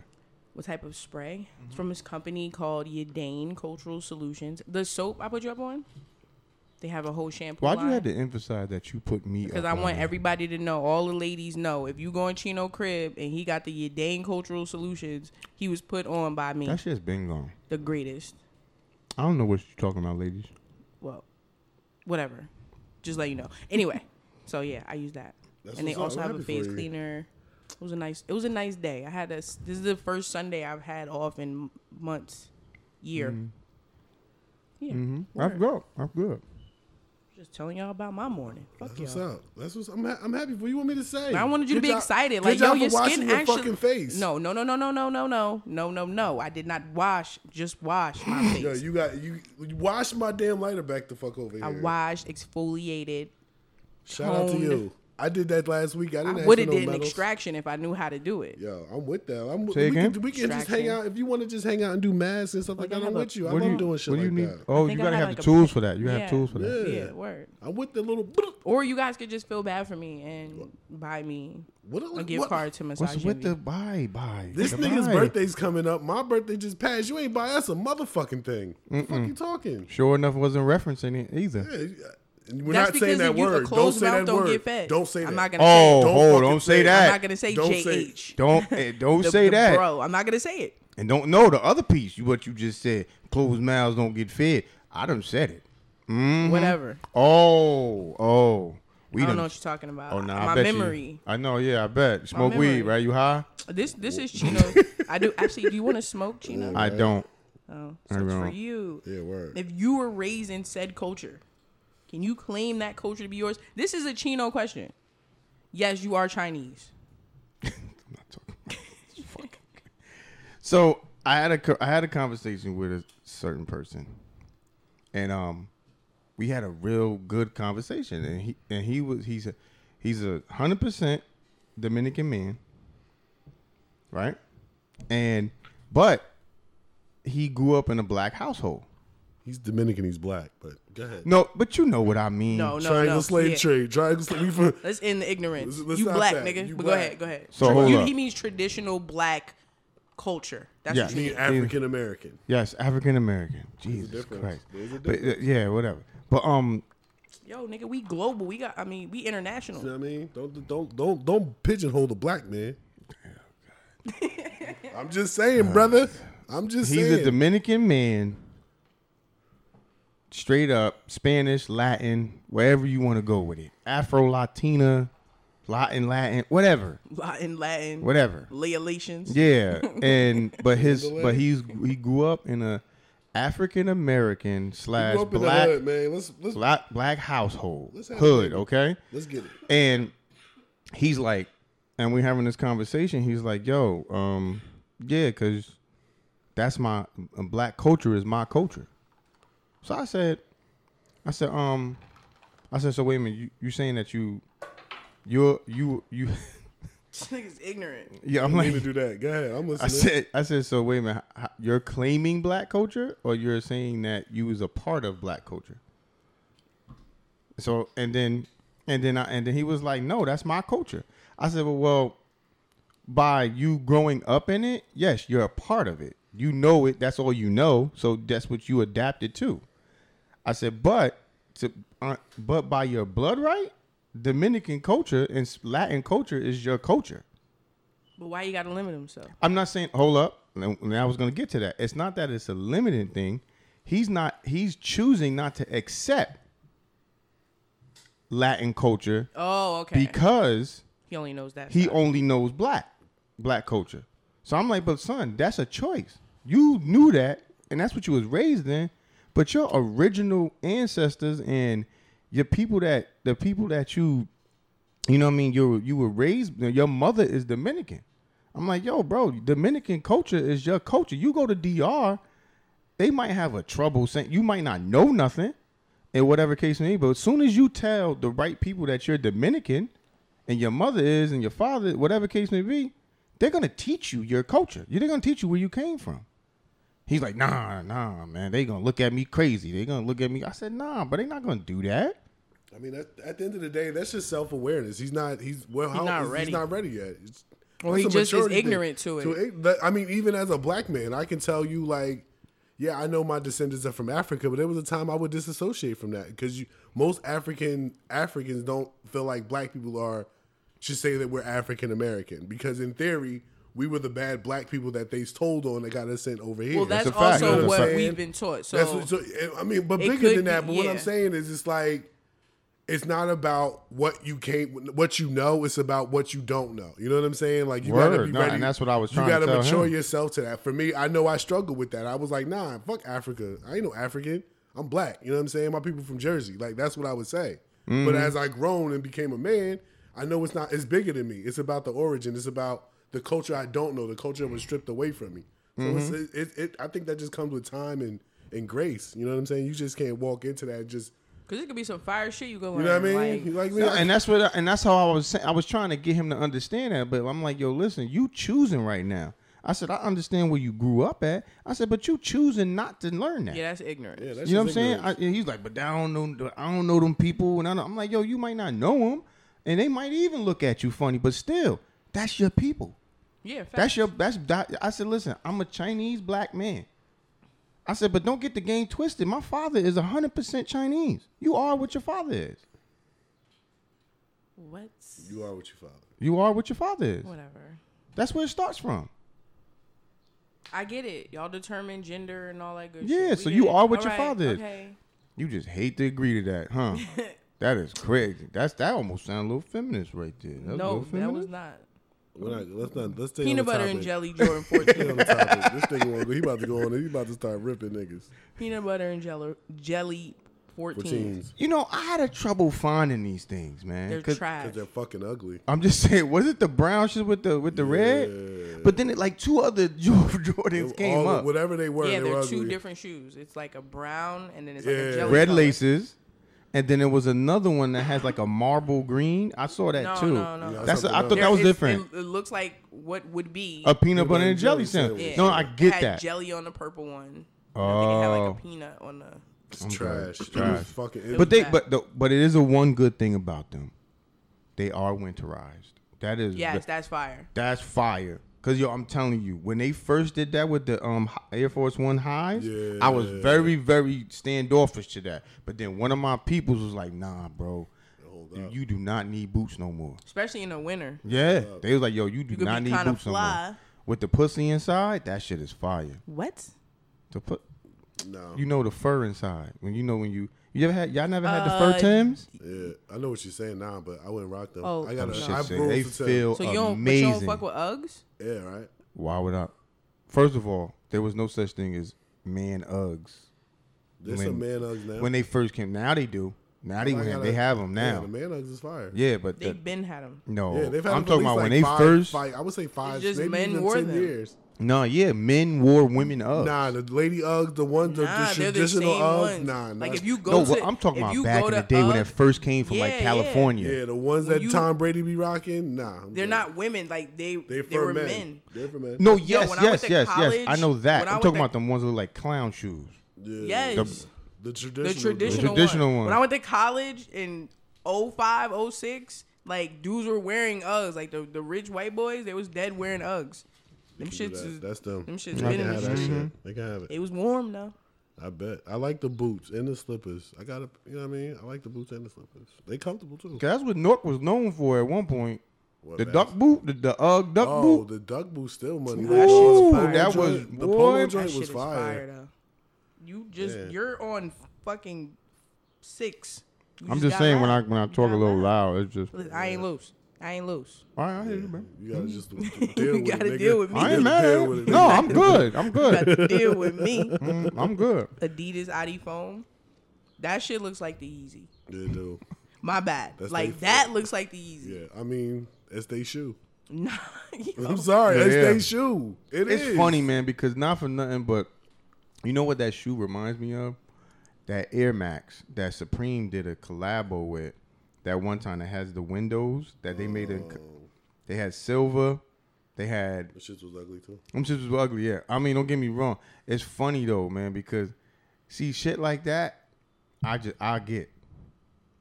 Speaker 3: What type of spray? It's
Speaker 2: Mm-hmm.
Speaker 3: from this company called Yadane Cultural Solutions. The soap I put you up on, they have a whole shampoo.
Speaker 2: Why'd you
Speaker 3: line.
Speaker 2: have to emphasize that you put me?
Speaker 3: Because
Speaker 2: up
Speaker 3: I
Speaker 2: on
Speaker 3: want
Speaker 2: it?
Speaker 3: everybody to know, all the ladies know, if you go in Chino Crib and he got the Yadane Cultural Solutions, he was put on by me,
Speaker 2: That shit's been gone.
Speaker 3: the greatest.
Speaker 2: I don't know what you're talking about, ladies.
Speaker 3: Well, whatever. Just let you know. Anyway, so yeah, I use that.
Speaker 4: That's
Speaker 3: and they
Speaker 4: what's
Speaker 3: also
Speaker 4: up. I'm
Speaker 3: have a
Speaker 4: happy for
Speaker 3: face
Speaker 4: you.
Speaker 3: cleaner. It was a nice. It was a nice day. I had a. s- This is the first Sunday I've had off in months, year.
Speaker 4: Mm-hmm.
Speaker 3: Yeah,
Speaker 2: hmm I'm good. I'm good.
Speaker 3: just telling y'all about my morning. Fuck
Speaker 4: That's what's
Speaker 3: y'all.
Speaker 4: up. That's what's I'm, ha- I'm happy for you. want me to say?
Speaker 3: I wanted you to
Speaker 4: Good
Speaker 3: be
Speaker 4: job-
Speaker 3: excited.
Speaker 4: good
Speaker 3: Like yo,
Speaker 4: job for
Speaker 3: your
Speaker 4: washing
Speaker 3: skin
Speaker 4: your
Speaker 3: actually.
Speaker 4: fucking face.
Speaker 3: No, no, no, no, no, no, no, no, no, no, no. I did not wash. Just wash my face.
Speaker 4: Yo, you got you, you wash my damn lighter back the fuck over here.
Speaker 3: I washed, exfoliated.
Speaker 4: Shout out to
Speaker 3: toned.
Speaker 4: you. I did that last week. I
Speaker 3: I
Speaker 4: didn't.
Speaker 3: would
Speaker 4: ask
Speaker 3: have did
Speaker 4: for no
Speaker 3: an
Speaker 4: medals.
Speaker 3: extraction if I knew how to do it.
Speaker 4: Yo, I'm with them. I'm,
Speaker 2: Say
Speaker 4: we
Speaker 2: again?
Speaker 4: Can, we can just
Speaker 3: Extraction.
Speaker 4: hang out. If you want to just hang out and do masks and stuff like that,
Speaker 3: I
Speaker 4: I'm
Speaker 3: have a-
Speaker 4: with you. I
Speaker 2: What do
Speaker 4: love
Speaker 2: you-
Speaker 4: doing shit
Speaker 2: what do you
Speaker 4: like
Speaker 2: need?
Speaker 4: that.
Speaker 2: Oh,
Speaker 3: I
Speaker 2: you
Speaker 3: think I
Speaker 2: gotta
Speaker 3: have
Speaker 2: have
Speaker 3: like
Speaker 2: the
Speaker 3: a
Speaker 2: tools
Speaker 3: pa-
Speaker 2: for that. You
Speaker 3: Yeah.
Speaker 2: have tools for that.
Speaker 4: Yeah.
Speaker 3: Yeah, word.
Speaker 4: I'm with the little.
Speaker 3: Or you guys could just feel bad for me and buy me
Speaker 4: What
Speaker 3: a gift
Speaker 4: what-
Speaker 3: card to Massage
Speaker 2: What's with the
Speaker 3: Envy.
Speaker 2: bye bye?
Speaker 4: This
Speaker 2: the
Speaker 4: nigga's
Speaker 2: bye.
Speaker 4: birthday's coming up. My birthday just passed. You ain't buy us a motherfucking thing. What the fuck you talking?
Speaker 2: Sure enough, wasn't referencing it either.
Speaker 4: Yeah, and we're
Speaker 3: That's
Speaker 4: not
Speaker 3: because
Speaker 4: saying that
Speaker 3: if you- a
Speaker 4: word. Don't
Speaker 3: closed
Speaker 4: say
Speaker 3: mouth
Speaker 4: that
Speaker 3: don't
Speaker 4: word.
Speaker 3: get fed.
Speaker 4: Don't say that.
Speaker 3: I'm not gonna
Speaker 2: Oh,
Speaker 3: say it.
Speaker 4: Don't
Speaker 2: oh,
Speaker 4: fucking
Speaker 2: don't say
Speaker 4: say it.
Speaker 2: that.
Speaker 3: I'm not gonna say
Speaker 4: Don't say it.
Speaker 3: JH.
Speaker 2: Don't eh, don't
Speaker 3: The-
Speaker 2: say
Speaker 3: the
Speaker 2: that.
Speaker 3: Bro, I'm not gonna say it.
Speaker 2: And don't no the other piece. You what you just said. Closed mouths don't get fed. I done said it. Mhm.
Speaker 3: Whatever.
Speaker 2: Oh oh. We
Speaker 3: I don't
Speaker 2: done-
Speaker 3: know what you're talking about.
Speaker 2: Oh no, I
Speaker 3: my
Speaker 2: bet
Speaker 3: memory.
Speaker 2: You, I know. Yeah, I bet. Smoke weed,
Speaker 3: memory.
Speaker 2: right? You high?
Speaker 3: This this is Chino. I do actually. Do you want to smoke, Chino?
Speaker 2: I don't.
Speaker 3: oh, so it's for
Speaker 2: don't.
Speaker 3: you.
Speaker 4: Yeah, word.
Speaker 3: If you were raised in said culture, can you claim that culture to be yours? This is a Chino question. Yes, you are Chinese.
Speaker 2: I'm not talking. Fuck. So I had a co- I had a conversation with a certain person, and um, we had a real good conversation, and he and he was he's a he's a hundred percent Dominican man, right? And but he grew up in a black household.
Speaker 4: He's Dominican. He's black. But go ahead.
Speaker 2: No, but you know what I mean.
Speaker 3: No, no,
Speaker 4: Triangle
Speaker 3: no.
Speaker 4: slave
Speaker 3: Yeah.
Speaker 4: trade. Triangle slave. We from.
Speaker 3: Let's end the ignorance.
Speaker 4: Let's- let's
Speaker 3: you
Speaker 4: stop
Speaker 3: black,
Speaker 4: that.
Speaker 3: nigga.
Speaker 4: You
Speaker 3: but
Speaker 4: black.
Speaker 3: go ahead, go ahead.
Speaker 2: So
Speaker 3: Tra-
Speaker 2: hold
Speaker 3: you,
Speaker 2: up.
Speaker 3: he means traditional black culture. That's
Speaker 2: Yeah.
Speaker 3: what you
Speaker 4: Me
Speaker 3: mean.
Speaker 4: African American.
Speaker 2: Yes, African American. Jesus
Speaker 4: difference.
Speaker 2: Christ.
Speaker 4: There's a
Speaker 2: But, uh, yeah, whatever. But um,
Speaker 3: Yo, nigga, we global. We got. I mean, we international.
Speaker 4: You know what I mean? Don't don't don't don't pigeonhole the black man. I'm just saying, brother. I'm just
Speaker 2: He's
Speaker 4: saying.
Speaker 2: a Dominican man, straight up Spanish, Latin, wherever you want to go with it. Afro Latina, Latin, Latin, whatever,
Speaker 3: Latin, Latin,
Speaker 2: whatever.
Speaker 3: Laelations.
Speaker 2: Yeah, and but his but he's he grew up in a African American
Speaker 4: He
Speaker 2: slash
Speaker 4: grew up in the
Speaker 2: black
Speaker 4: hood, man. Let's let's
Speaker 2: black black household
Speaker 4: Let's have a
Speaker 2: hood.
Speaker 4: baby.
Speaker 2: Okay,
Speaker 4: let's get it.
Speaker 2: and he's like, and we having this conversation. He's like, yo, um, yeah, cause that's my uh, black culture is my culture. So I said, I said, um, I said, so wait a minute, you you saying that you, you're you you,
Speaker 3: This nigga's ignorant.
Speaker 2: yeah, I'm
Speaker 4: Need
Speaker 2: like.
Speaker 4: to do that. Go ahead. I'm listening.
Speaker 2: I said, I said. So wait a minute. h- h- You're claiming black culture, or you're saying that you was a part of black culture. So and then, and then I and then he was like, "No, that's my culture." I said, "Well, well, by you growing up in it, yes, you're a part of it. You know it. That's all you know. So that's what you adapted to." I said, "But to, uh, but by your blood right, Dominican culture and Latin culture is your culture."
Speaker 3: But why you gotta limit himself?
Speaker 2: I'm not saying hold up. And and I was going to get to that. It's not that it's a limiting thing. He's not. He's choosing not to accept Latin culture
Speaker 3: Oh, okay.
Speaker 2: because
Speaker 3: he only knows that.
Speaker 2: he
Speaker 3: side.
Speaker 2: only knows black, black culture. So I'm like, but son, that's a choice. You knew that, and that's what you was raised in. But your original ancestors and your people that the people that you, you know, what I mean, you were- you were raised. Your mother is Dominican. I'm like, yo, bro, Dominican culture is your culture. You go to DR, they might have a trouble saying you might not know nothing, in whatever case may be. But as soon as you tell the right people that you're Dominican, and your mother is, and your father, whatever case may be, they're gonna teach you your culture. They're gonna teach you where you came from. He's like, nah, nah, man. They gonna look at me crazy. They gonna look at me. I said, nah, but they not gonna do that.
Speaker 4: I mean, at, at the end of the day, that's just self awareness. He's not. He's well. How, he's
Speaker 3: not
Speaker 4: not ready.
Speaker 3: ready.
Speaker 4: He's not ready yet. It's,
Speaker 3: Or
Speaker 4: that's
Speaker 3: he
Speaker 4: a
Speaker 3: just is
Speaker 4: maturity thing.
Speaker 3: ignorant to it.
Speaker 4: that- I mean, even as a black man, I can tell you, like, yeah, I know my descendants are from Africa, but there was a time I would disassociate from that because most African Africans don't feel like black people are should say that we're African American because in theory we were the bad black people that they told on that got us sent over here.
Speaker 3: Well, that's,
Speaker 2: a fact.
Speaker 3: also
Speaker 2: That's a
Speaker 3: what
Speaker 2: fact.
Speaker 3: we've been taught. So,
Speaker 4: That's what, so eh, I mean, but
Speaker 3: It
Speaker 4: bigger
Speaker 3: could
Speaker 4: than that.
Speaker 3: be-
Speaker 4: But what I'm
Speaker 3: yeah.
Speaker 4: saying is, it's like it's not about what you can't, what you know. It's about what you don't know. You know what I'm saying? Like you gotta
Speaker 2: Word.
Speaker 4: be
Speaker 2: No,
Speaker 4: ready.
Speaker 2: and that's what I was trying
Speaker 4: You
Speaker 2: to
Speaker 4: gotta
Speaker 2: tell
Speaker 4: mature
Speaker 2: him.
Speaker 4: yourself to that. For me, I know I struggled with that. I was like, nah, fuck Africa. I ain't no African. I'm black. You know what I'm saying? My people from Jersey. Like that's what I would say. But
Speaker 2: Mm-hmm.
Speaker 4: as I grown and became a man, I know it's not. It's bigger than me. It's about the origin. It's about the culture I don't know. The culture that was stripped away from me. So
Speaker 2: Mm-hmm.
Speaker 4: it's, it, it, it, I think that just comes with time and and grace. You know what I'm saying? You just can't walk into that and just.
Speaker 3: because it could be some fire shit you go.
Speaker 4: You know what I
Speaker 3: Like,
Speaker 4: mean? Like,
Speaker 2: No,
Speaker 4: I-
Speaker 2: and that's what, I, and that's how I was saying. I was trying to get him to understand that, but I'm like, yo, listen, you choosing right now. I said, I understand where you grew up at. I said, but you choosing not to learn that.
Speaker 3: yeah, that's ignorant.
Speaker 4: Yeah, that's
Speaker 2: you know what I'm
Speaker 4: just
Speaker 2: saying? I,
Speaker 4: ignorance.
Speaker 2: and he's like, but I don't know, I don't know them people, and I don't, I'm like, yo, you might not know them, and they might even look at you funny, but still, that's your people.
Speaker 3: yeah, fact.
Speaker 2: That's your that's that, I said, listen, I'm a Chinese black man. I said, but don't get the game twisted. My father is 100% Chinese. You are what your father is.
Speaker 3: what?
Speaker 4: you are what you follow.
Speaker 2: You are what your father is.
Speaker 3: Whatever.
Speaker 2: That's where it starts from.
Speaker 3: I get it. Y'all determine gender and all that good.
Speaker 2: Yeah,
Speaker 3: shit. We
Speaker 2: so
Speaker 3: get
Speaker 2: you
Speaker 3: it.
Speaker 2: are what your
Speaker 3: Alright,
Speaker 2: father is.
Speaker 3: Okay.
Speaker 2: You just hate to agree to that, huh? that is crazy. That's that almost sounds a little feminist right there. That's a little
Speaker 3: No, that was
Speaker 2: feminist.
Speaker 3: not
Speaker 4: We're not, let's not. Let's stay on
Speaker 3: peanut
Speaker 4: the
Speaker 3: butter
Speaker 4: topic.
Speaker 3: and jelly. Jordan fourteen.
Speaker 4: Stay on the topic. This thing won't go. He about to go on. He about to start ripping niggas
Speaker 3: peanut butter and jelly jelly
Speaker 4: for
Speaker 3: 14
Speaker 4: teens
Speaker 2: You know, I had a trouble finding these things, man.
Speaker 3: they're
Speaker 2: 'cause-
Speaker 3: trash
Speaker 4: because they're fucking ugly.
Speaker 2: I'm just saying, was it the brown shit with the with the red? But then it, like two other Jordans came
Speaker 4: All-
Speaker 2: up.
Speaker 4: Whatever they were,
Speaker 3: yeah
Speaker 4: they were
Speaker 3: they're
Speaker 4: ugly.
Speaker 3: two different shoes it's like a brown and then it's like
Speaker 4: Yeah.
Speaker 3: a jelly
Speaker 2: red
Speaker 3: color.
Speaker 2: laces, and then there was another one that has like a marble green. I saw that
Speaker 3: no,
Speaker 2: too.
Speaker 3: no no
Speaker 4: Yeah,
Speaker 2: That's a, I thought
Speaker 4: There
Speaker 2: that was
Speaker 3: it's-
Speaker 2: different.
Speaker 3: it, it looks like what would be
Speaker 2: a peanut butter and jelly sandwich.
Speaker 3: Yeah.
Speaker 2: No, I
Speaker 3: It
Speaker 2: get
Speaker 3: had
Speaker 2: that.
Speaker 3: jelly on the purple one oh. I think it had
Speaker 2: Oh.
Speaker 3: like a peanut on the
Speaker 4: It's
Speaker 2: I'm
Speaker 4: trash.
Speaker 2: good.
Speaker 4: It
Speaker 2: Trash.
Speaker 4: was fucking. It,
Speaker 2: But they
Speaker 3: bad.
Speaker 2: but the, but it is a one good thing about them. They are winterized. That is
Speaker 3: yes
Speaker 2: the-
Speaker 3: that's fire
Speaker 2: That's fire. Cause yo, I'm telling you, when they first did that with the um Hi- Air Force One highs, I was very, very standoffish to that. But then one of my peoples was like, "Nah, bro, you, you do not need boots no more."
Speaker 3: especially in the winter
Speaker 2: Yeah, they was like, "Yo, you do
Speaker 3: could
Speaker 2: not
Speaker 3: be
Speaker 2: need
Speaker 3: kinda
Speaker 2: boots no more."
Speaker 3: fly.
Speaker 2: With the pussy inside, that shit is fire.
Speaker 3: what
Speaker 2: The put,
Speaker 4: no.
Speaker 2: you know the fur inside. When you know when you you ever had y'all never had the fur
Speaker 3: Uh,
Speaker 2: tims.
Speaker 4: yeah, I know what you're saying now, but I wouldn't rock them.
Speaker 3: Oh.
Speaker 4: I got.
Speaker 2: Them
Speaker 4: to
Speaker 2: shit
Speaker 4: I
Speaker 2: say they feel
Speaker 3: so you don't but you
Speaker 2: amazing.
Speaker 3: don't fuck with Uggs
Speaker 4: Yeah, right.
Speaker 2: Why would I? First of all, there was no such thing as man Uggs.
Speaker 4: There's some man Uggs now.
Speaker 2: when they first came. Now they do. Now they
Speaker 4: I
Speaker 2: went,
Speaker 4: gotta-
Speaker 2: they have them
Speaker 4: Yeah,
Speaker 2: now.
Speaker 4: the man Uggs is fire.
Speaker 2: Yeah, but the,
Speaker 3: they've been had them
Speaker 2: no,
Speaker 4: Yeah, they've had.
Speaker 2: I'm
Speaker 4: them for
Speaker 2: talking
Speaker 4: at
Speaker 2: about
Speaker 4: least
Speaker 2: when
Speaker 4: like
Speaker 2: they
Speaker 4: five,
Speaker 2: first.
Speaker 4: Five, I would say five.
Speaker 3: just
Speaker 4: maybe
Speaker 3: men
Speaker 4: even
Speaker 3: wore
Speaker 4: 10
Speaker 3: them.
Speaker 4: Years.
Speaker 2: No, yeah, men wore women up.
Speaker 4: Nah, the lady Uggs, the ones, the,
Speaker 3: nah
Speaker 4: the
Speaker 3: they're the same
Speaker 4: traditional Uggs.
Speaker 3: ones
Speaker 4: Nah, nah.
Speaker 3: like if you
Speaker 2: no,
Speaker 3: go
Speaker 2: well,
Speaker 3: to
Speaker 2: I'm talking
Speaker 3: if
Speaker 2: about
Speaker 3: you
Speaker 2: back
Speaker 3: go
Speaker 2: in the
Speaker 3: to
Speaker 2: day when it
Speaker 3: Uggs,
Speaker 2: first came from
Speaker 3: Yeah,
Speaker 2: like
Speaker 3: yeah.
Speaker 2: California.
Speaker 4: yeah, the ones
Speaker 3: When
Speaker 4: that
Speaker 3: you-
Speaker 4: Tom Brady be rocking. Nah, I'm
Speaker 3: they're
Speaker 4: good.
Speaker 3: not women like they
Speaker 4: They
Speaker 3: they,
Speaker 4: for
Speaker 3: were
Speaker 4: men.
Speaker 3: men.
Speaker 4: They're for men.
Speaker 2: No,
Speaker 3: Yo,
Speaker 2: yes,
Speaker 3: when I went
Speaker 2: yes,
Speaker 3: to
Speaker 2: yes, yes. I
Speaker 3: college-
Speaker 2: know that.
Speaker 3: when I
Speaker 2: I'm
Speaker 3: went
Speaker 2: talking
Speaker 3: to-
Speaker 2: about the ones that look like clown shoes.
Speaker 4: Yeah.
Speaker 3: Yes.
Speaker 4: The
Speaker 3: the
Speaker 4: traditional.
Speaker 3: traditional,
Speaker 2: traditional
Speaker 3: one.
Speaker 2: one.
Speaker 3: When I went to college in 05, 06, like dudes were wearing Uggs. Like the, the rich white boys, they was dead wearing Uggs. Them
Speaker 4: Do
Speaker 3: shits
Speaker 4: that.
Speaker 3: is,
Speaker 4: That's them.
Speaker 3: them shits been
Speaker 4: They can
Speaker 3: in
Speaker 4: have
Speaker 3: the
Speaker 4: that
Speaker 3: street.
Speaker 4: shit. They can have it.
Speaker 3: it was warm though.
Speaker 4: I bet. I like the boots and the slippers. I got to, you know what I mean? I like the boots and the slippers. They comfortable too.
Speaker 2: 'Cause that's what Nork was known for at one point.
Speaker 4: What
Speaker 2: The
Speaker 4: about-
Speaker 2: duck boot, the, the Ugg duck
Speaker 4: Oh,
Speaker 2: boot.
Speaker 4: the duck boot still money.
Speaker 3: Ooh, that shit was
Speaker 4: The
Speaker 3: fire.
Speaker 4: polo
Speaker 2: that was-
Speaker 4: joint- the
Speaker 2: boy,
Speaker 4: polo
Speaker 2: that
Speaker 3: That
Speaker 4: joint
Speaker 3: shit
Speaker 4: was
Speaker 3: is fire.
Speaker 4: fire.
Speaker 3: though. You just
Speaker 4: Yeah.
Speaker 3: you're on fucking six. You
Speaker 2: I'm just
Speaker 3: got
Speaker 2: saying when I
Speaker 3: loud.
Speaker 2: when I
Speaker 3: You
Speaker 2: talk a
Speaker 3: got
Speaker 2: little loud, it's just.
Speaker 3: Listen, I ain't loose. I ain't loose.
Speaker 2: All right, I hear you, man.
Speaker 4: You gotta just deal with
Speaker 3: gotta
Speaker 4: it. nigga.
Speaker 3: deal with me.
Speaker 2: I
Speaker 4: You
Speaker 2: ain't
Speaker 4: gotta
Speaker 2: mad.
Speaker 4: deal
Speaker 2: at
Speaker 4: with
Speaker 2: it.
Speaker 4: it,
Speaker 2: No,
Speaker 4: nigga.
Speaker 2: I'm good. I'm
Speaker 3: You got
Speaker 2: good.
Speaker 3: to deal with me.
Speaker 2: Mm, I'm good.
Speaker 3: Adidas ID foam. That shit looks like the Easy.
Speaker 4: Yeah, dude.
Speaker 3: My bad.
Speaker 4: That's they
Speaker 3: like
Speaker 4: foot.
Speaker 3: that looks like the Easy.
Speaker 4: Yeah, I mean, it's they shoe.
Speaker 3: Nah, yo.
Speaker 4: I'm sorry,
Speaker 2: Yeah,
Speaker 4: it's
Speaker 2: yeah.
Speaker 4: they shoe. It
Speaker 2: it's
Speaker 4: is.
Speaker 2: funny, man, because not for nothing, but you know what that shoe reminds me of? That Air Max that Supreme did a collabo with that one time that has the windows that they made in. They had silver. They had.
Speaker 4: The shit was ugly too.
Speaker 2: I'm just as ugly. Yeah, I mean, don't get me wrong. It's funny though, man, because see shit like that, I just I get.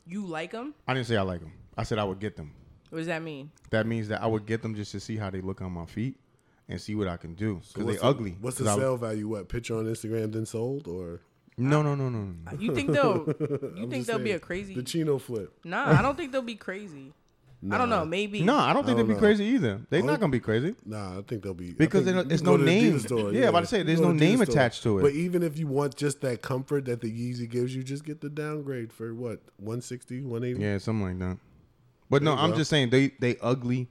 Speaker 3: You like them?
Speaker 2: I didn't say I like them. I said I would get them.
Speaker 3: What does that mean?
Speaker 2: That means that I would get them just to see how they look on my feet and see what I can do because
Speaker 4: So
Speaker 2: they
Speaker 4: what's the-
Speaker 2: ugly.
Speaker 4: What's the
Speaker 2: 'Cause I-
Speaker 4: sell value? What picture on Instagram then sold or
Speaker 2: No, no, no, no, no. no.
Speaker 3: You think they'll? You
Speaker 4: I'm
Speaker 3: think
Speaker 4: just
Speaker 3: they'll be
Speaker 4: saying,
Speaker 3: a crazy?
Speaker 4: The Chino flip.
Speaker 3: nah, I don't think they'll be crazy. I don't know. Maybe.
Speaker 2: No, I don't think
Speaker 4: don't
Speaker 2: they'd be
Speaker 4: know.
Speaker 2: crazy either. They're not gonna be crazy.
Speaker 4: Nah, I think they'll be I
Speaker 2: Because
Speaker 4: think
Speaker 2: they don't-
Speaker 4: you
Speaker 2: it's
Speaker 4: go
Speaker 2: no
Speaker 4: to the
Speaker 2: name.
Speaker 4: Adidas Store,
Speaker 2: Yeah, I'm about to say, there's
Speaker 4: You go
Speaker 2: no
Speaker 4: the
Speaker 2: name
Speaker 4: Adidas store.
Speaker 2: attached to it.
Speaker 4: But even if you want just that comfort that the Yeezy gives you, just get the downgrade for what 160, 180.
Speaker 2: Yeah, something like that. But no,
Speaker 4: There you
Speaker 2: I'm
Speaker 4: go.
Speaker 2: just saying they they ugly,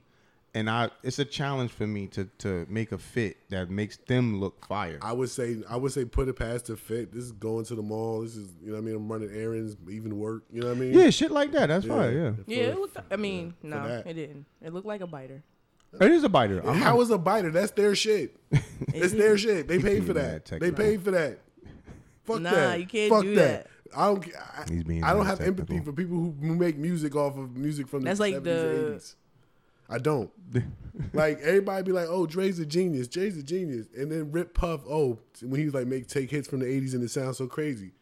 Speaker 2: and I it's a challenge for me to to make a fit that makes them look fire.
Speaker 4: I would say I would say put it past the fit. This is going to the mall. This is you know what I mean. I'm running errands, even work. You know what I mean?
Speaker 2: yeah, shit like that. That's fine. Yeah,
Speaker 4: For-
Speaker 3: Yeah, it looked, I mean, no,
Speaker 4: that.
Speaker 3: it didn't. It looked like a biter.
Speaker 2: it is a biter. I'm
Speaker 4: How
Speaker 2: not-
Speaker 4: is a biter? That's their shit. it's their shit. They paid for
Speaker 2: being
Speaker 4: that.
Speaker 2: mad
Speaker 4: They paid for that. Fuck
Speaker 3: Nah,
Speaker 4: that.
Speaker 3: you can't
Speaker 4: Fuck
Speaker 3: do
Speaker 4: I don't. I,
Speaker 2: He's being
Speaker 4: I don't
Speaker 2: mad
Speaker 4: have empathy
Speaker 2: technical.
Speaker 4: for people who who make music off of music from
Speaker 3: That's
Speaker 4: the
Speaker 3: like
Speaker 4: 70s
Speaker 3: the-
Speaker 4: and 80s. I don't. like everybody be like, "Oh, Dre's a genius. Dre's a genius," and then Rip Puff. Oh, when he was like make take hits from the 80s and it sounds so crazy.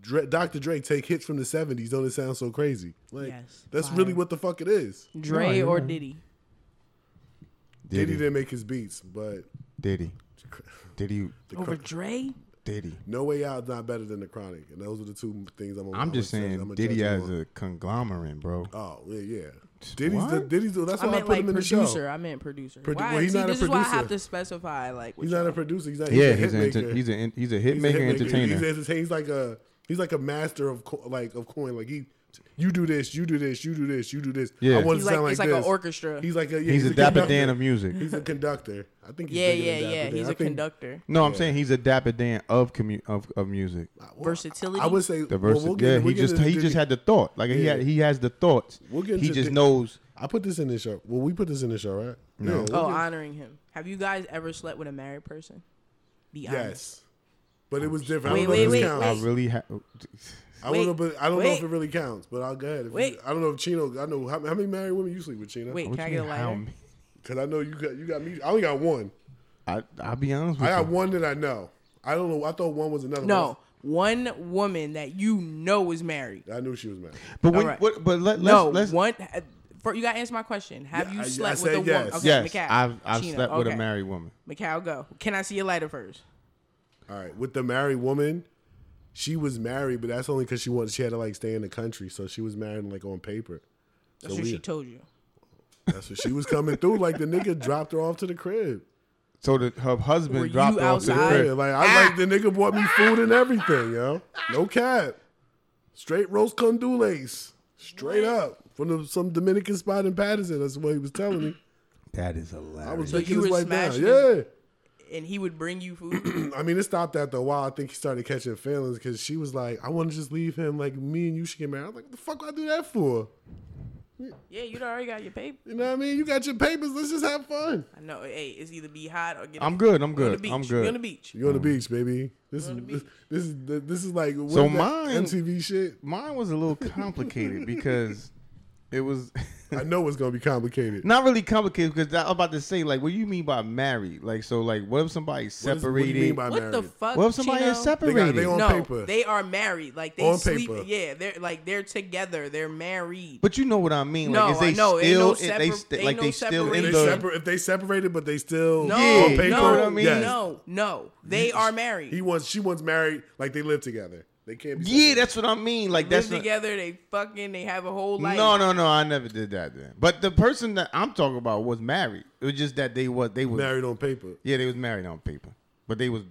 Speaker 4: Dre, Dr. Dre take hits from the 70s. Don't it sound so crazy? Like
Speaker 3: Yes,
Speaker 4: that's
Speaker 3: fire.
Speaker 4: really what the fuck it is.
Speaker 3: Dre
Speaker 2: you're
Speaker 3: or
Speaker 2: right.
Speaker 3: Diddy.
Speaker 4: Diddy
Speaker 2: Diddy,
Speaker 4: didn't make his beats, but
Speaker 2: Diddy, Diddy,
Speaker 3: Over Dre?
Speaker 2: Diddy.
Speaker 4: No Way Out's not better than The Chronic, and those are the two things I'm.
Speaker 2: I'm just saying Diddy as a conglomerate, bro.
Speaker 4: Oh yeah, yeah. Diddy's the
Speaker 2: What?
Speaker 4: Diddy's the, that's
Speaker 3: I
Speaker 4: why I,
Speaker 3: meant
Speaker 4: put
Speaker 3: like
Speaker 4: him in the show.
Speaker 3: producer. I meant producer.
Speaker 4: Produ-
Speaker 3: why?
Speaker 4: well, he's
Speaker 3: See,
Speaker 4: not a
Speaker 3: this is why I have
Speaker 4: producer.
Speaker 3: to specify. Like,
Speaker 4: He's
Speaker 3: what
Speaker 4: not
Speaker 3: y'all-
Speaker 4: a producer. He's not.
Speaker 2: yeah,
Speaker 4: he's
Speaker 2: he's
Speaker 4: a
Speaker 2: an,
Speaker 4: hit
Speaker 2: enter-
Speaker 4: maker.
Speaker 2: he's an he's a hit
Speaker 4: He's a
Speaker 2: maker
Speaker 4: hit maker.
Speaker 2: entertainer.
Speaker 4: He's, entertain- he's like a he's like a master of co- like of coin. Like he, you do this, you do this, you do this, you do this.
Speaker 2: Yeah.
Speaker 4: I want
Speaker 3: He's
Speaker 4: to
Speaker 3: like-
Speaker 4: sound like
Speaker 3: it's like an
Speaker 4: this.
Speaker 3: orchestra.
Speaker 4: He's like a yeah,
Speaker 2: He's a Dapper Dan
Speaker 4: conductor.
Speaker 2: of music.
Speaker 4: He's a conductor. I think. He's
Speaker 3: yeah,
Speaker 4: bigger
Speaker 3: yeah, yeah.
Speaker 4: than Dapper
Speaker 3: He's
Speaker 4: Dan. I
Speaker 3: a
Speaker 4: think-
Speaker 3: conductor.
Speaker 2: No, I'm saying he's a Dapper Dan of commu- of of music.
Speaker 4: well,
Speaker 3: Versatility.
Speaker 4: I would say
Speaker 2: The
Speaker 4: well,
Speaker 2: verse,
Speaker 4: we'll get-
Speaker 2: yeah,
Speaker 4: we'll
Speaker 2: he
Speaker 4: get
Speaker 2: just
Speaker 4: into
Speaker 2: he just
Speaker 4: Diddy.
Speaker 2: had the thought. Like he
Speaker 4: Yeah.
Speaker 2: had, he has the thoughts.
Speaker 4: We'll get
Speaker 2: he
Speaker 4: into
Speaker 2: just
Speaker 4: Diddy.
Speaker 2: knows.
Speaker 4: I put this in the show. Well, we put this in the show, right?
Speaker 2: No.
Speaker 3: Oh,
Speaker 4: Yeah, we'll get-
Speaker 3: honoring him. Have you guys ever slept with a married person? Be honest.
Speaker 4: yes. But it was different.
Speaker 3: Wait,
Speaker 4: I don't know
Speaker 3: wait,
Speaker 4: if
Speaker 3: wait,
Speaker 4: this counts.
Speaker 2: I
Speaker 3: wait.
Speaker 2: really ha-
Speaker 4: I don't know,
Speaker 3: Wait,
Speaker 4: but I don't know if
Speaker 3: wait.
Speaker 4: it really counts. But I'll go ahead. If you-
Speaker 3: Wait.
Speaker 4: I don't know if Chino. I know how, how many married women you sleep with, Chino.
Speaker 3: Wait,
Speaker 2: What
Speaker 3: can I
Speaker 2: you
Speaker 3: get a
Speaker 2: mean, how
Speaker 3: lighter?
Speaker 2: me-
Speaker 4: because I know you got you got me. I only got one.
Speaker 2: I I'll be honest with
Speaker 4: I got
Speaker 2: you.
Speaker 4: one that I know. I don't know. I thought one was another.
Speaker 3: No, one woman that you know is married.
Speaker 4: one. I knew she was married.
Speaker 2: But when,
Speaker 3: Alright.
Speaker 2: what, but let, let's
Speaker 3: no,
Speaker 2: let's
Speaker 3: one. uh, For, you gotta answer my question. Have
Speaker 4: Yeah,
Speaker 3: you
Speaker 4: I- I
Speaker 3: slept with
Speaker 4: said
Speaker 3: a woman?
Speaker 4: yes.
Speaker 3: Okay,
Speaker 2: yes,
Speaker 3: Mikal,
Speaker 2: I've I've
Speaker 3: Sheena,
Speaker 2: slept with a
Speaker 3: okay.
Speaker 2: married woman.
Speaker 3: Mikal, go. Can I see your lighter first?
Speaker 4: All right, with the married woman, she was married, but that's only because she wanted. She had to like stay in the country, so she was married like on paper.
Speaker 3: That's
Speaker 4: So
Speaker 3: what she
Speaker 4: weird.
Speaker 3: told you.
Speaker 4: That's what she was coming through. Like the nigga dropped her off to the crib.
Speaker 2: So the, her husband
Speaker 3: Were
Speaker 2: dropped
Speaker 3: you
Speaker 2: her off to the
Speaker 3: outside?
Speaker 4: Yeah,
Speaker 2: crib.
Speaker 4: like I like the nigga bought me food and everything, yo. No cap. Straight roast condules. Straight up. From the, some Dominican spot in Patterson. That's what he was telling me.
Speaker 2: That is
Speaker 4: I was
Speaker 2: hilarious.
Speaker 4: making
Speaker 3: you
Speaker 4: his
Speaker 3: were
Speaker 4: way down.
Speaker 3: smashing
Speaker 4: Yeah.
Speaker 3: And he would bring you food.
Speaker 4: I mean, it stopped after a while. I think he started catching feelings because she was like, I want to just leave him. Like, me and you should get married. I'm like, what the fuck would I do that for?
Speaker 3: yeah, you'd already got your paper.
Speaker 4: You know what I mean? You got your papers. Let's just have fun.
Speaker 3: I know. Hey, it's either be hot or get.
Speaker 2: I'm
Speaker 3: a-
Speaker 2: good. I'm
Speaker 3: we on the
Speaker 2: good. I'm
Speaker 3: beach, we
Speaker 2: good.
Speaker 3: on the beach.
Speaker 2: Mm.
Speaker 4: You on the beach, baby. This is this, this is this is like what
Speaker 2: So
Speaker 4: is that?
Speaker 2: mine-
Speaker 4: MTV shit.
Speaker 2: Mine was a little complicated because it was
Speaker 4: I know it's gonna be complicated.
Speaker 2: not really complicated because I'm about to say like what do you mean by married? Like so like what if somebody's
Speaker 4: What is-
Speaker 2: separated?
Speaker 4: What do you mean by
Speaker 3: What
Speaker 4: married?
Speaker 3: the fuck?
Speaker 2: Well, if somebody
Speaker 3: Uh, Chino?
Speaker 2: is separated,
Speaker 4: they on
Speaker 3: no,
Speaker 4: paper.
Speaker 3: they are married. Like they
Speaker 4: On
Speaker 3: sleep.
Speaker 4: paper.
Speaker 3: Yeah, they're like they're together. They're married.
Speaker 2: but you know what I mean.
Speaker 3: No,
Speaker 2: Like, is they
Speaker 3: I know. Ain't
Speaker 2: still
Speaker 3: no
Speaker 2: if they
Speaker 3: separ-
Speaker 2: st-
Speaker 3: ain't
Speaker 2: like
Speaker 3: no
Speaker 2: they still in
Speaker 4: They
Speaker 3: separation.
Speaker 2: the
Speaker 4: separ- if they separated, but they still
Speaker 3: no,
Speaker 2: Yeah,
Speaker 4: on
Speaker 2: you
Speaker 4: paper.
Speaker 3: no,
Speaker 2: know what I mean?
Speaker 4: Yes.
Speaker 3: no, no. They are married.
Speaker 4: He wants. She wants married. Like they live together. They can't. Be
Speaker 2: yeah.
Speaker 4: separated.
Speaker 2: That's what I mean. Like
Speaker 3: live
Speaker 2: that's not-
Speaker 3: together. they fucking. They have a whole life.
Speaker 2: No, no, no. I never did that then. But the person that I'm talking about was married. It was just that they was they was
Speaker 4: married on paper.
Speaker 2: yeah they was married on paper, but they was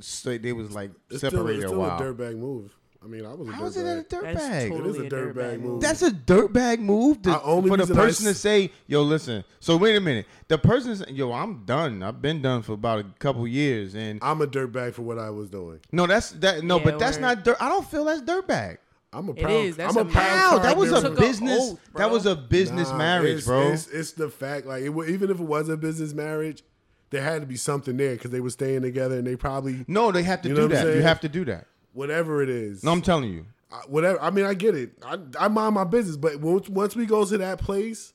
Speaker 2: so they was like
Speaker 4: It's
Speaker 2: separated
Speaker 4: still,
Speaker 2: a
Speaker 4: it's
Speaker 2: while.
Speaker 4: still a dirtbag move. I mean, I was a
Speaker 2: How is it a
Speaker 4: dirtbag.
Speaker 3: That's
Speaker 2: dirtbag?
Speaker 3: totally
Speaker 4: is a dirtbag
Speaker 3: dirtbag
Speaker 4: move.
Speaker 2: That's a dirtbag move to,
Speaker 4: I only
Speaker 2: for the
Speaker 4: reason I
Speaker 2: person to
Speaker 4: s-
Speaker 2: say, "Yo, listen." So wait a minute. The person's, "Yo, I'm done. I've been done for about a couple years." And
Speaker 4: I'm a dirtbag for what I was doing.
Speaker 2: no, that's that. No,
Speaker 3: Yeah,
Speaker 2: but that's
Speaker 3: word.
Speaker 2: not dirt. I don't feel that's dirtbag.
Speaker 4: I'm a
Speaker 3: It
Speaker 4: proud.
Speaker 3: is. That's
Speaker 4: I'm
Speaker 3: a
Speaker 4: a
Speaker 3: marriage.
Speaker 4: proud.
Speaker 2: How
Speaker 4: card
Speaker 2: that was a
Speaker 3: took
Speaker 4: member.
Speaker 3: a
Speaker 2: business.
Speaker 3: oath, bro.
Speaker 2: that was a business
Speaker 4: Nah,
Speaker 2: marriage,
Speaker 4: it's,
Speaker 2: bro.
Speaker 4: It's, it's the fact. Like it, wa- even if it was a business marriage, there had to be something there because they were staying together and they probably
Speaker 2: no, they have to
Speaker 4: You know
Speaker 2: do
Speaker 4: what I'm
Speaker 2: that. You
Speaker 4: saying?
Speaker 2: have to do that.
Speaker 4: whatever it is.
Speaker 2: No, I'm telling you.
Speaker 4: I- whatever. I mean, I get it. I, I mind my business, but once, once we go to that place,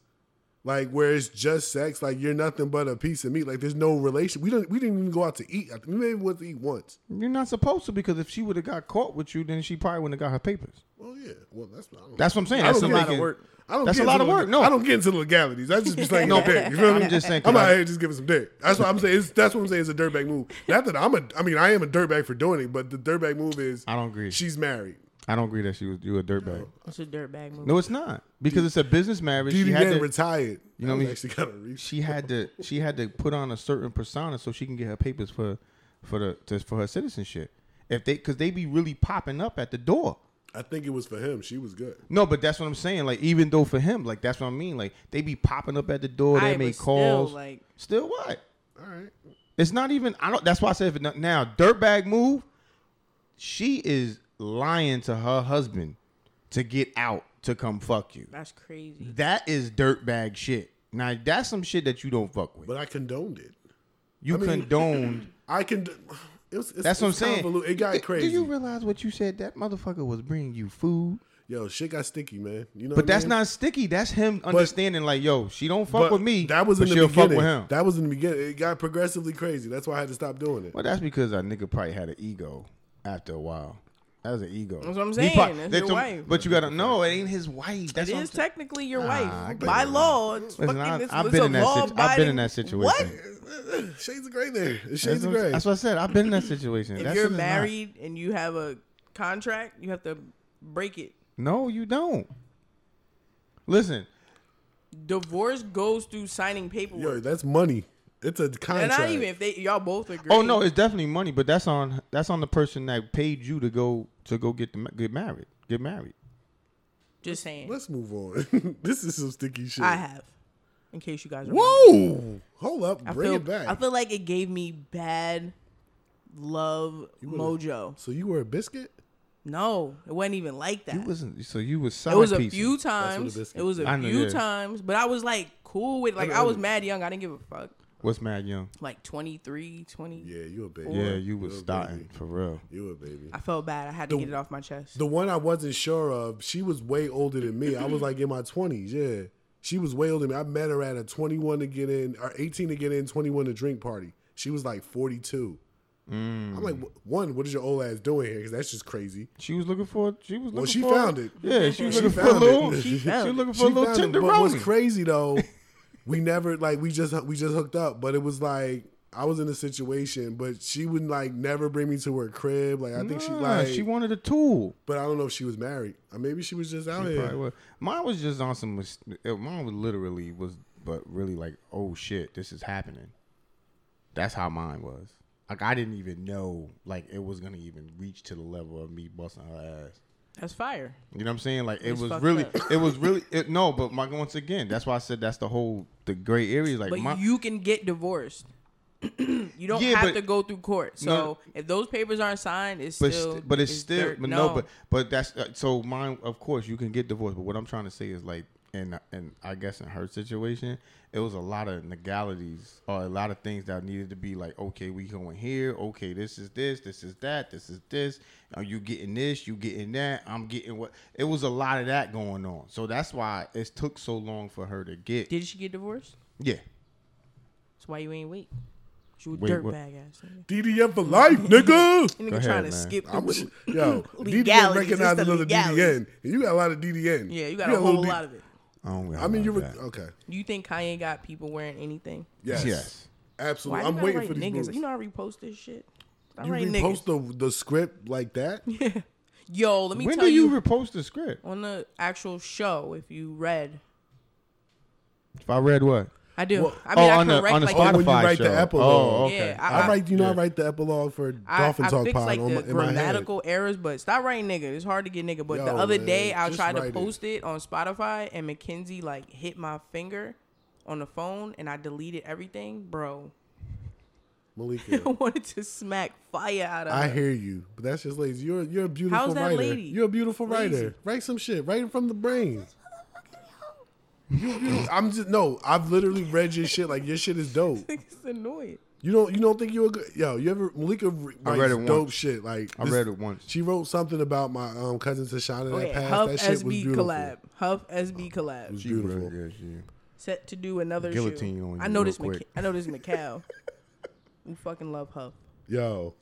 Speaker 4: like where it's just sex. Like you're nothing but a piece of meat. Like there's no relation. We don't. We didn't even go out to eat. I think we maybe went to eat once.
Speaker 2: You're not supposed to because if she would have got caught with you, then she probably wouldn't have got her papers.
Speaker 4: Well, yeah. Well, that's not.
Speaker 2: That's what I'm saying.
Speaker 4: I
Speaker 2: That's
Speaker 4: don't
Speaker 2: a
Speaker 4: get
Speaker 2: lot of
Speaker 4: it.
Speaker 2: work.
Speaker 4: I don't
Speaker 2: That's
Speaker 4: get
Speaker 2: a lot
Speaker 4: into
Speaker 2: of work.
Speaker 4: the-
Speaker 2: No.
Speaker 4: I don't get into the legalities. I just be slanging no. dick. You feel me?
Speaker 2: I'm just saying, 'cause
Speaker 4: I'm out
Speaker 2: I-
Speaker 4: here just giving some dick. That's what I'm saying. It's, that's what I'm saying. It's a dirtbag move. Not that I'm a. I mean, I am a dirtbag for doing it, but the dirtbag move is.
Speaker 2: I don't agree.
Speaker 4: She's married.
Speaker 2: I don't agree that she was you a dirtbag.
Speaker 3: It's a dirtbag movie.
Speaker 2: No, it's not because it's a business marriage.
Speaker 4: Didi
Speaker 2: She had
Speaker 4: Yang
Speaker 2: to,
Speaker 4: retired.
Speaker 2: You know what I
Speaker 4: That
Speaker 2: mean?
Speaker 4: was Actually, kind of reach.
Speaker 2: she had to she had to put on a certain persona so she can get her papers for for the to, for her citizenship. If they because they be really popping up at the door.
Speaker 4: I think it was for him. She was good.
Speaker 2: No, but that's what I'm saying. Like even though for him, like that's what I mean. Like they be popping up at the door. They
Speaker 3: Aight,
Speaker 2: make
Speaker 3: but still,
Speaker 2: calls.
Speaker 3: like-
Speaker 2: still what?
Speaker 4: All right.
Speaker 2: It's not even. I don't. That's why I said if it not- now dirtbag move. She is lying to her husband to get out to come fuck you.
Speaker 3: That's crazy.
Speaker 2: That is dirtbag shit. Now that's some shit that you don't fuck with.
Speaker 4: But I condoned it.
Speaker 2: You
Speaker 4: I mean-
Speaker 2: condoned.
Speaker 4: I can. It was, it's,
Speaker 2: That's what I'm
Speaker 4: it's
Speaker 2: saying.
Speaker 4: convoluted. It got
Speaker 2: Do-
Speaker 4: crazy.
Speaker 2: Do you realize what you said? That motherfucker was bringing you food,
Speaker 4: Yo, shit got sticky, man. You know.
Speaker 2: but
Speaker 4: what I
Speaker 2: that's
Speaker 4: mean?
Speaker 2: not sticky. That's him understanding. like, yo, she don't fuck
Speaker 4: But
Speaker 2: with me.
Speaker 4: That was
Speaker 2: but
Speaker 4: in the
Speaker 2: she'll
Speaker 4: beginning.
Speaker 2: fuck with him.
Speaker 4: That was in the beginning. It got progressively crazy. That's why I had to stop doing it.
Speaker 2: Well, that's because a nigga probably had an ego after a while. That was an ego. That's
Speaker 3: what I'm saying. That's your wife.
Speaker 2: But you gotta know, it ain't his wife. That's
Speaker 3: It
Speaker 2: what I'm
Speaker 3: is
Speaker 2: saying.
Speaker 3: technically your
Speaker 2: I
Speaker 3: wife
Speaker 2: get
Speaker 3: by
Speaker 2: it.
Speaker 3: law. It's
Speaker 2: Listen,
Speaker 3: fucking,
Speaker 2: I-
Speaker 3: it's,
Speaker 2: I've
Speaker 3: it's
Speaker 2: been
Speaker 3: a
Speaker 2: in that situ- I've been in
Speaker 3: law-abiding-
Speaker 2: that situation.
Speaker 3: What?
Speaker 4: Shades of gray there. It's
Speaker 2: That's
Speaker 4: Shades of
Speaker 2: what, I'm-
Speaker 4: gray.
Speaker 2: that's what I said. I've been in that situation.
Speaker 3: If
Speaker 2: That
Speaker 3: you're
Speaker 2: shit is not-
Speaker 3: married and you have a contract, you have to break it.
Speaker 2: no, you don't. Listen,
Speaker 3: Divorce goes through signing
Speaker 4: Yo,
Speaker 3: paperwork.
Speaker 4: that's money. It's a
Speaker 3: and
Speaker 4: contract.
Speaker 3: not even if they y'all both agree.
Speaker 2: Oh no, it's definitely money, but that's on that's on the person that paid you to go to go get the ma- get married, get married.
Speaker 3: just saying.
Speaker 4: Let's move on. this is some sticky shit.
Speaker 3: I have, in case you guys. are wondering.
Speaker 4: Whoa! Hold up.
Speaker 3: I
Speaker 4: Bring
Speaker 3: feel,
Speaker 4: it back.
Speaker 3: I feel like it gave me bad love mojo.
Speaker 4: so you were a biscuit?
Speaker 3: No, it wasn't even like that.
Speaker 2: You wasn't so you was side
Speaker 3: it was a
Speaker 2: piecing.
Speaker 3: few times.
Speaker 4: biscuit-
Speaker 3: It was a
Speaker 2: I know,
Speaker 3: few
Speaker 2: yeah.
Speaker 3: times, but I was like cool with like
Speaker 4: know,
Speaker 3: I,
Speaker 4: I
Speaker 3: was
Speaker 4: know.
Speaker 3: mad young. I didn't give a fuck.
Speaker 2: What's mad young?
Speaker 3: Like 23, 20.
Speaker 4: Yeah, you a baby.
Speaker 2: Yeah, you was
Speaker 4: a
Speaker 2: starting
Speaker 4: baby.
Speaker 2: for real.
Speaker 4: You a baby.
Speaker 3: I felt bad. I had to get it off my chest.
Speaker 4: The one I wasn't sure of, she was way older than me. I was like in my twenties, yeah. She was way older than me. I met her at a twenty one to get in or eighteen to get in, twenty one to drink party. She was like forty two.
Speaker 2: Mm.
Speaker 4: I'm like, "Wh- one, what is your old ass doing here? Because that's just crazy.
Speaker 2: She was looking for she was looking
Speaker 4: Well, she
Speaker 2: for
Speaker 4: found it.
Speaker 2: Yeah, she was
Speaker 4: She
Speaker 2: looking for a
Speaker 4: found it.
Speaker 2: little she,
Speaker 4: She
Speaker 3: found
Speaker 2: was
Speaker 3: it.
Speaker 2: looking for a little
Speaker 4: found it, but what's
Speaker 2: tenderoni.
Speaker 4: crazy though, we never like we just we just hooked up, but it was like I was in a situation, but she would like never bring me to her crib. Like I think she
Speaker 2: Nah,
Speaker 4: like,
Speaker 2: she wanted a tool.
Speaker 4: but I don't know if she was married. Or maybe she was just out
Speaker 2: Probably
Speaker 4: here.
Speaker 2: was. Mine was just on some. mis- it- Mine was literally was, but really like, oh shit, this is happening. That's how mine was. Like I didn't even know like it was gonna even reach to the level of me busting her ass.
Speaker 3: That's fire.
Speaker 2: You know what I'm saying? Like it
Speaker 3: It's
Speaker 2: was
Speaker 3: fucked
Speaker 2: really,
Speaker 3: up.
Speaker 2: it was really it, no. But my once again, that's why I said that's the whole the gray area. Like
Speaker 3: But
Speaker 2: my
Speaker 3: you can get divorced. you don't
Speaker 2: Yeah,
Speaker 3: have
Speaker 2: but-
Speaker 3: to go through court. So
Speaker 2: No.
Speaker 3: if those papers aren't signed, it's
Speaker 2: but
Speaker 3: still.
Speaker 2: st- but it's, still
Speaker 3: dirt.
Speaker 2: but no. but but that's uh, so mine of course you can get divorced but what i'm trying to say is like and and i guess in her situation it was a lot of legalities or a lot of things that needed to be like okay we going here okay this is this this is that this is this are you getting this you getting that i'm getting what it was a lot of that going on so that's why it took so long for her to get
Speaker 3: did she get divorced?
Speaker 2: yeah
Speaker 3: That's why you ain't wait. She was
Speaker 2: Wait, what?
Speaker 3: dirtbag ass. Nigga,
Speaker 4: DDM for life, nigga.
Speaker 3: nigga
Speaker 2: ahead,
Speaker 3: trying
Speaker 2: man.
Speaker 3: to skip.
Speaker 4: I'm
Speaker 3: the-
Speaker 4: yo, DDN
Speaker 3: Legalities,
Speaker 4: recognized
Speaker 3: it's the
Speaker 4: another DDN,
Speaker 3: legalities.
Speaker 4: and you got a lot of DDN.
Speaker 3: yeah, you got a
Speaker 4: little
Speaker 3: whole
Speaker 4: D-
Speaker 3: lot of it.
Speaker 2: i don't
Speaker 4: I mean, you
Speaker 2: you
Speaker 4: were okay.
Speaker 3: You think Kanye got people wearing anything?
Speaker 4: Yes,
Speaker 2: Yes.
Speaker 3: Why
Speaker 4: absolutely.
Speaker 3: you
Speaker 4: I'm
Speaker 3: gotta
Speaker 4: waiting
Speaker 3: write
Speaker 4: for these
Speaker 3: niggas?
Speaker 4: moves.
Speaker 3: You know I repost this shit. I
Speaker 4: You
Speaker 3: write
Speaker 4: repost
Speaker 3: niggas.
Speaker 4: the the script like that.
Speaker 3: Yo, let me
Speaker 2: when
Speaker 3: tell
Speaker 2: do you,
Speaker 3: you,
Speaker 2: repost the script
Speaker 3: on the actual show if you read.
Speaker 2: if i read what
Speaker 3: I do.
Speaker 4: Well,
Speaker 3: I mean,
Speaker 2: oh
Speaker 3: I
Speaker 2: on the
Speaker 3: correct
Speaker 2: on the
Speaker 3: like
Speaker 4: Oh, when
Speaker 2: spotify
Speaker 4: you write the
Speaker 2: show.
Speaker 4: epilogue.
Speaker 2: oh
Speaker 4: Yeah,
Speaker 2: okay
Speaker 3: I-
Speaker 4: I, write, you know, I
Speaker 2: Yeah.
Speaker 4: write the epilogue for
Speaker 3: I,
Speaker 4: Dolphin
Speaker 3: I
Speaker 4: Talk
Speaker 3: fix
Speaker 4: Pod
Speaker 3: like the
Speaker 4: on my, in my head.
Speaker 3: grammatical errors, but stop writing nigga. It's hard to get nigga. But the
Speaker 4: Yo,
Speaker 3: other
Speaker 4: man,
Speaker 3: day, I
Speaker 4: just
Speaker 3: tried
Speaker 4: write
Speaker 3: to
Speaker 4: it.
Speaker 3: post it. on Spotify, and Mackenzie like hit my finger on the phone, and I deleted everything, bro. I
Speaker 4: Malika,
Speaker 3: wanted to smack fire out of.
Speaker 4: I
Speaker 3: her.
Speaker 4: hear you, but that's just lazy. You're you're a beautiful
Speaker 3: that
Speaker 4: writer.
Speaker 3: lady?
Speaker 4: You're a beautiful
Speaker 3: Lazy.
Speaker 4: writer. Write some shit. Write it from the brain. You- you- I'm just no. I've literally read your shit. Like your shit is dope.
Speaker 3: it's annoying.
Speaker 4: You don't you don't think you're a good yo? You ever Malika writes
Speaker 2: I read it once.
Speaker 4: dope shit like
Speaker 2: I read it once.
Speaker 4: She wrote something about my um, cousin Tashana that
Speaker 3: Okay,
Speaker 4: passed.
Speaker 3: Huff
Speaker 4: that shit was
Speaker 3: SB
Speaker 4: beautiful. Oh,
Speaker 3: collab. Huff SB collab.
Speaker 2: She was-
Speaker 4: Beautiful.
Speaker 2: yeah, she-
Speaker 3: set to do another
Speaker 2: Guillotine
Speaker 3: shoe.
Speaker 2: on
Speaker 3: I
Speaker 2: you
Speaker 3: noticed.
Speaker 2: real
Speaker 3: Mc-
Speaker 2: quick.
Speaker 3: I noticed Macau. we fucking love Huff.
Speaker 4: Yo,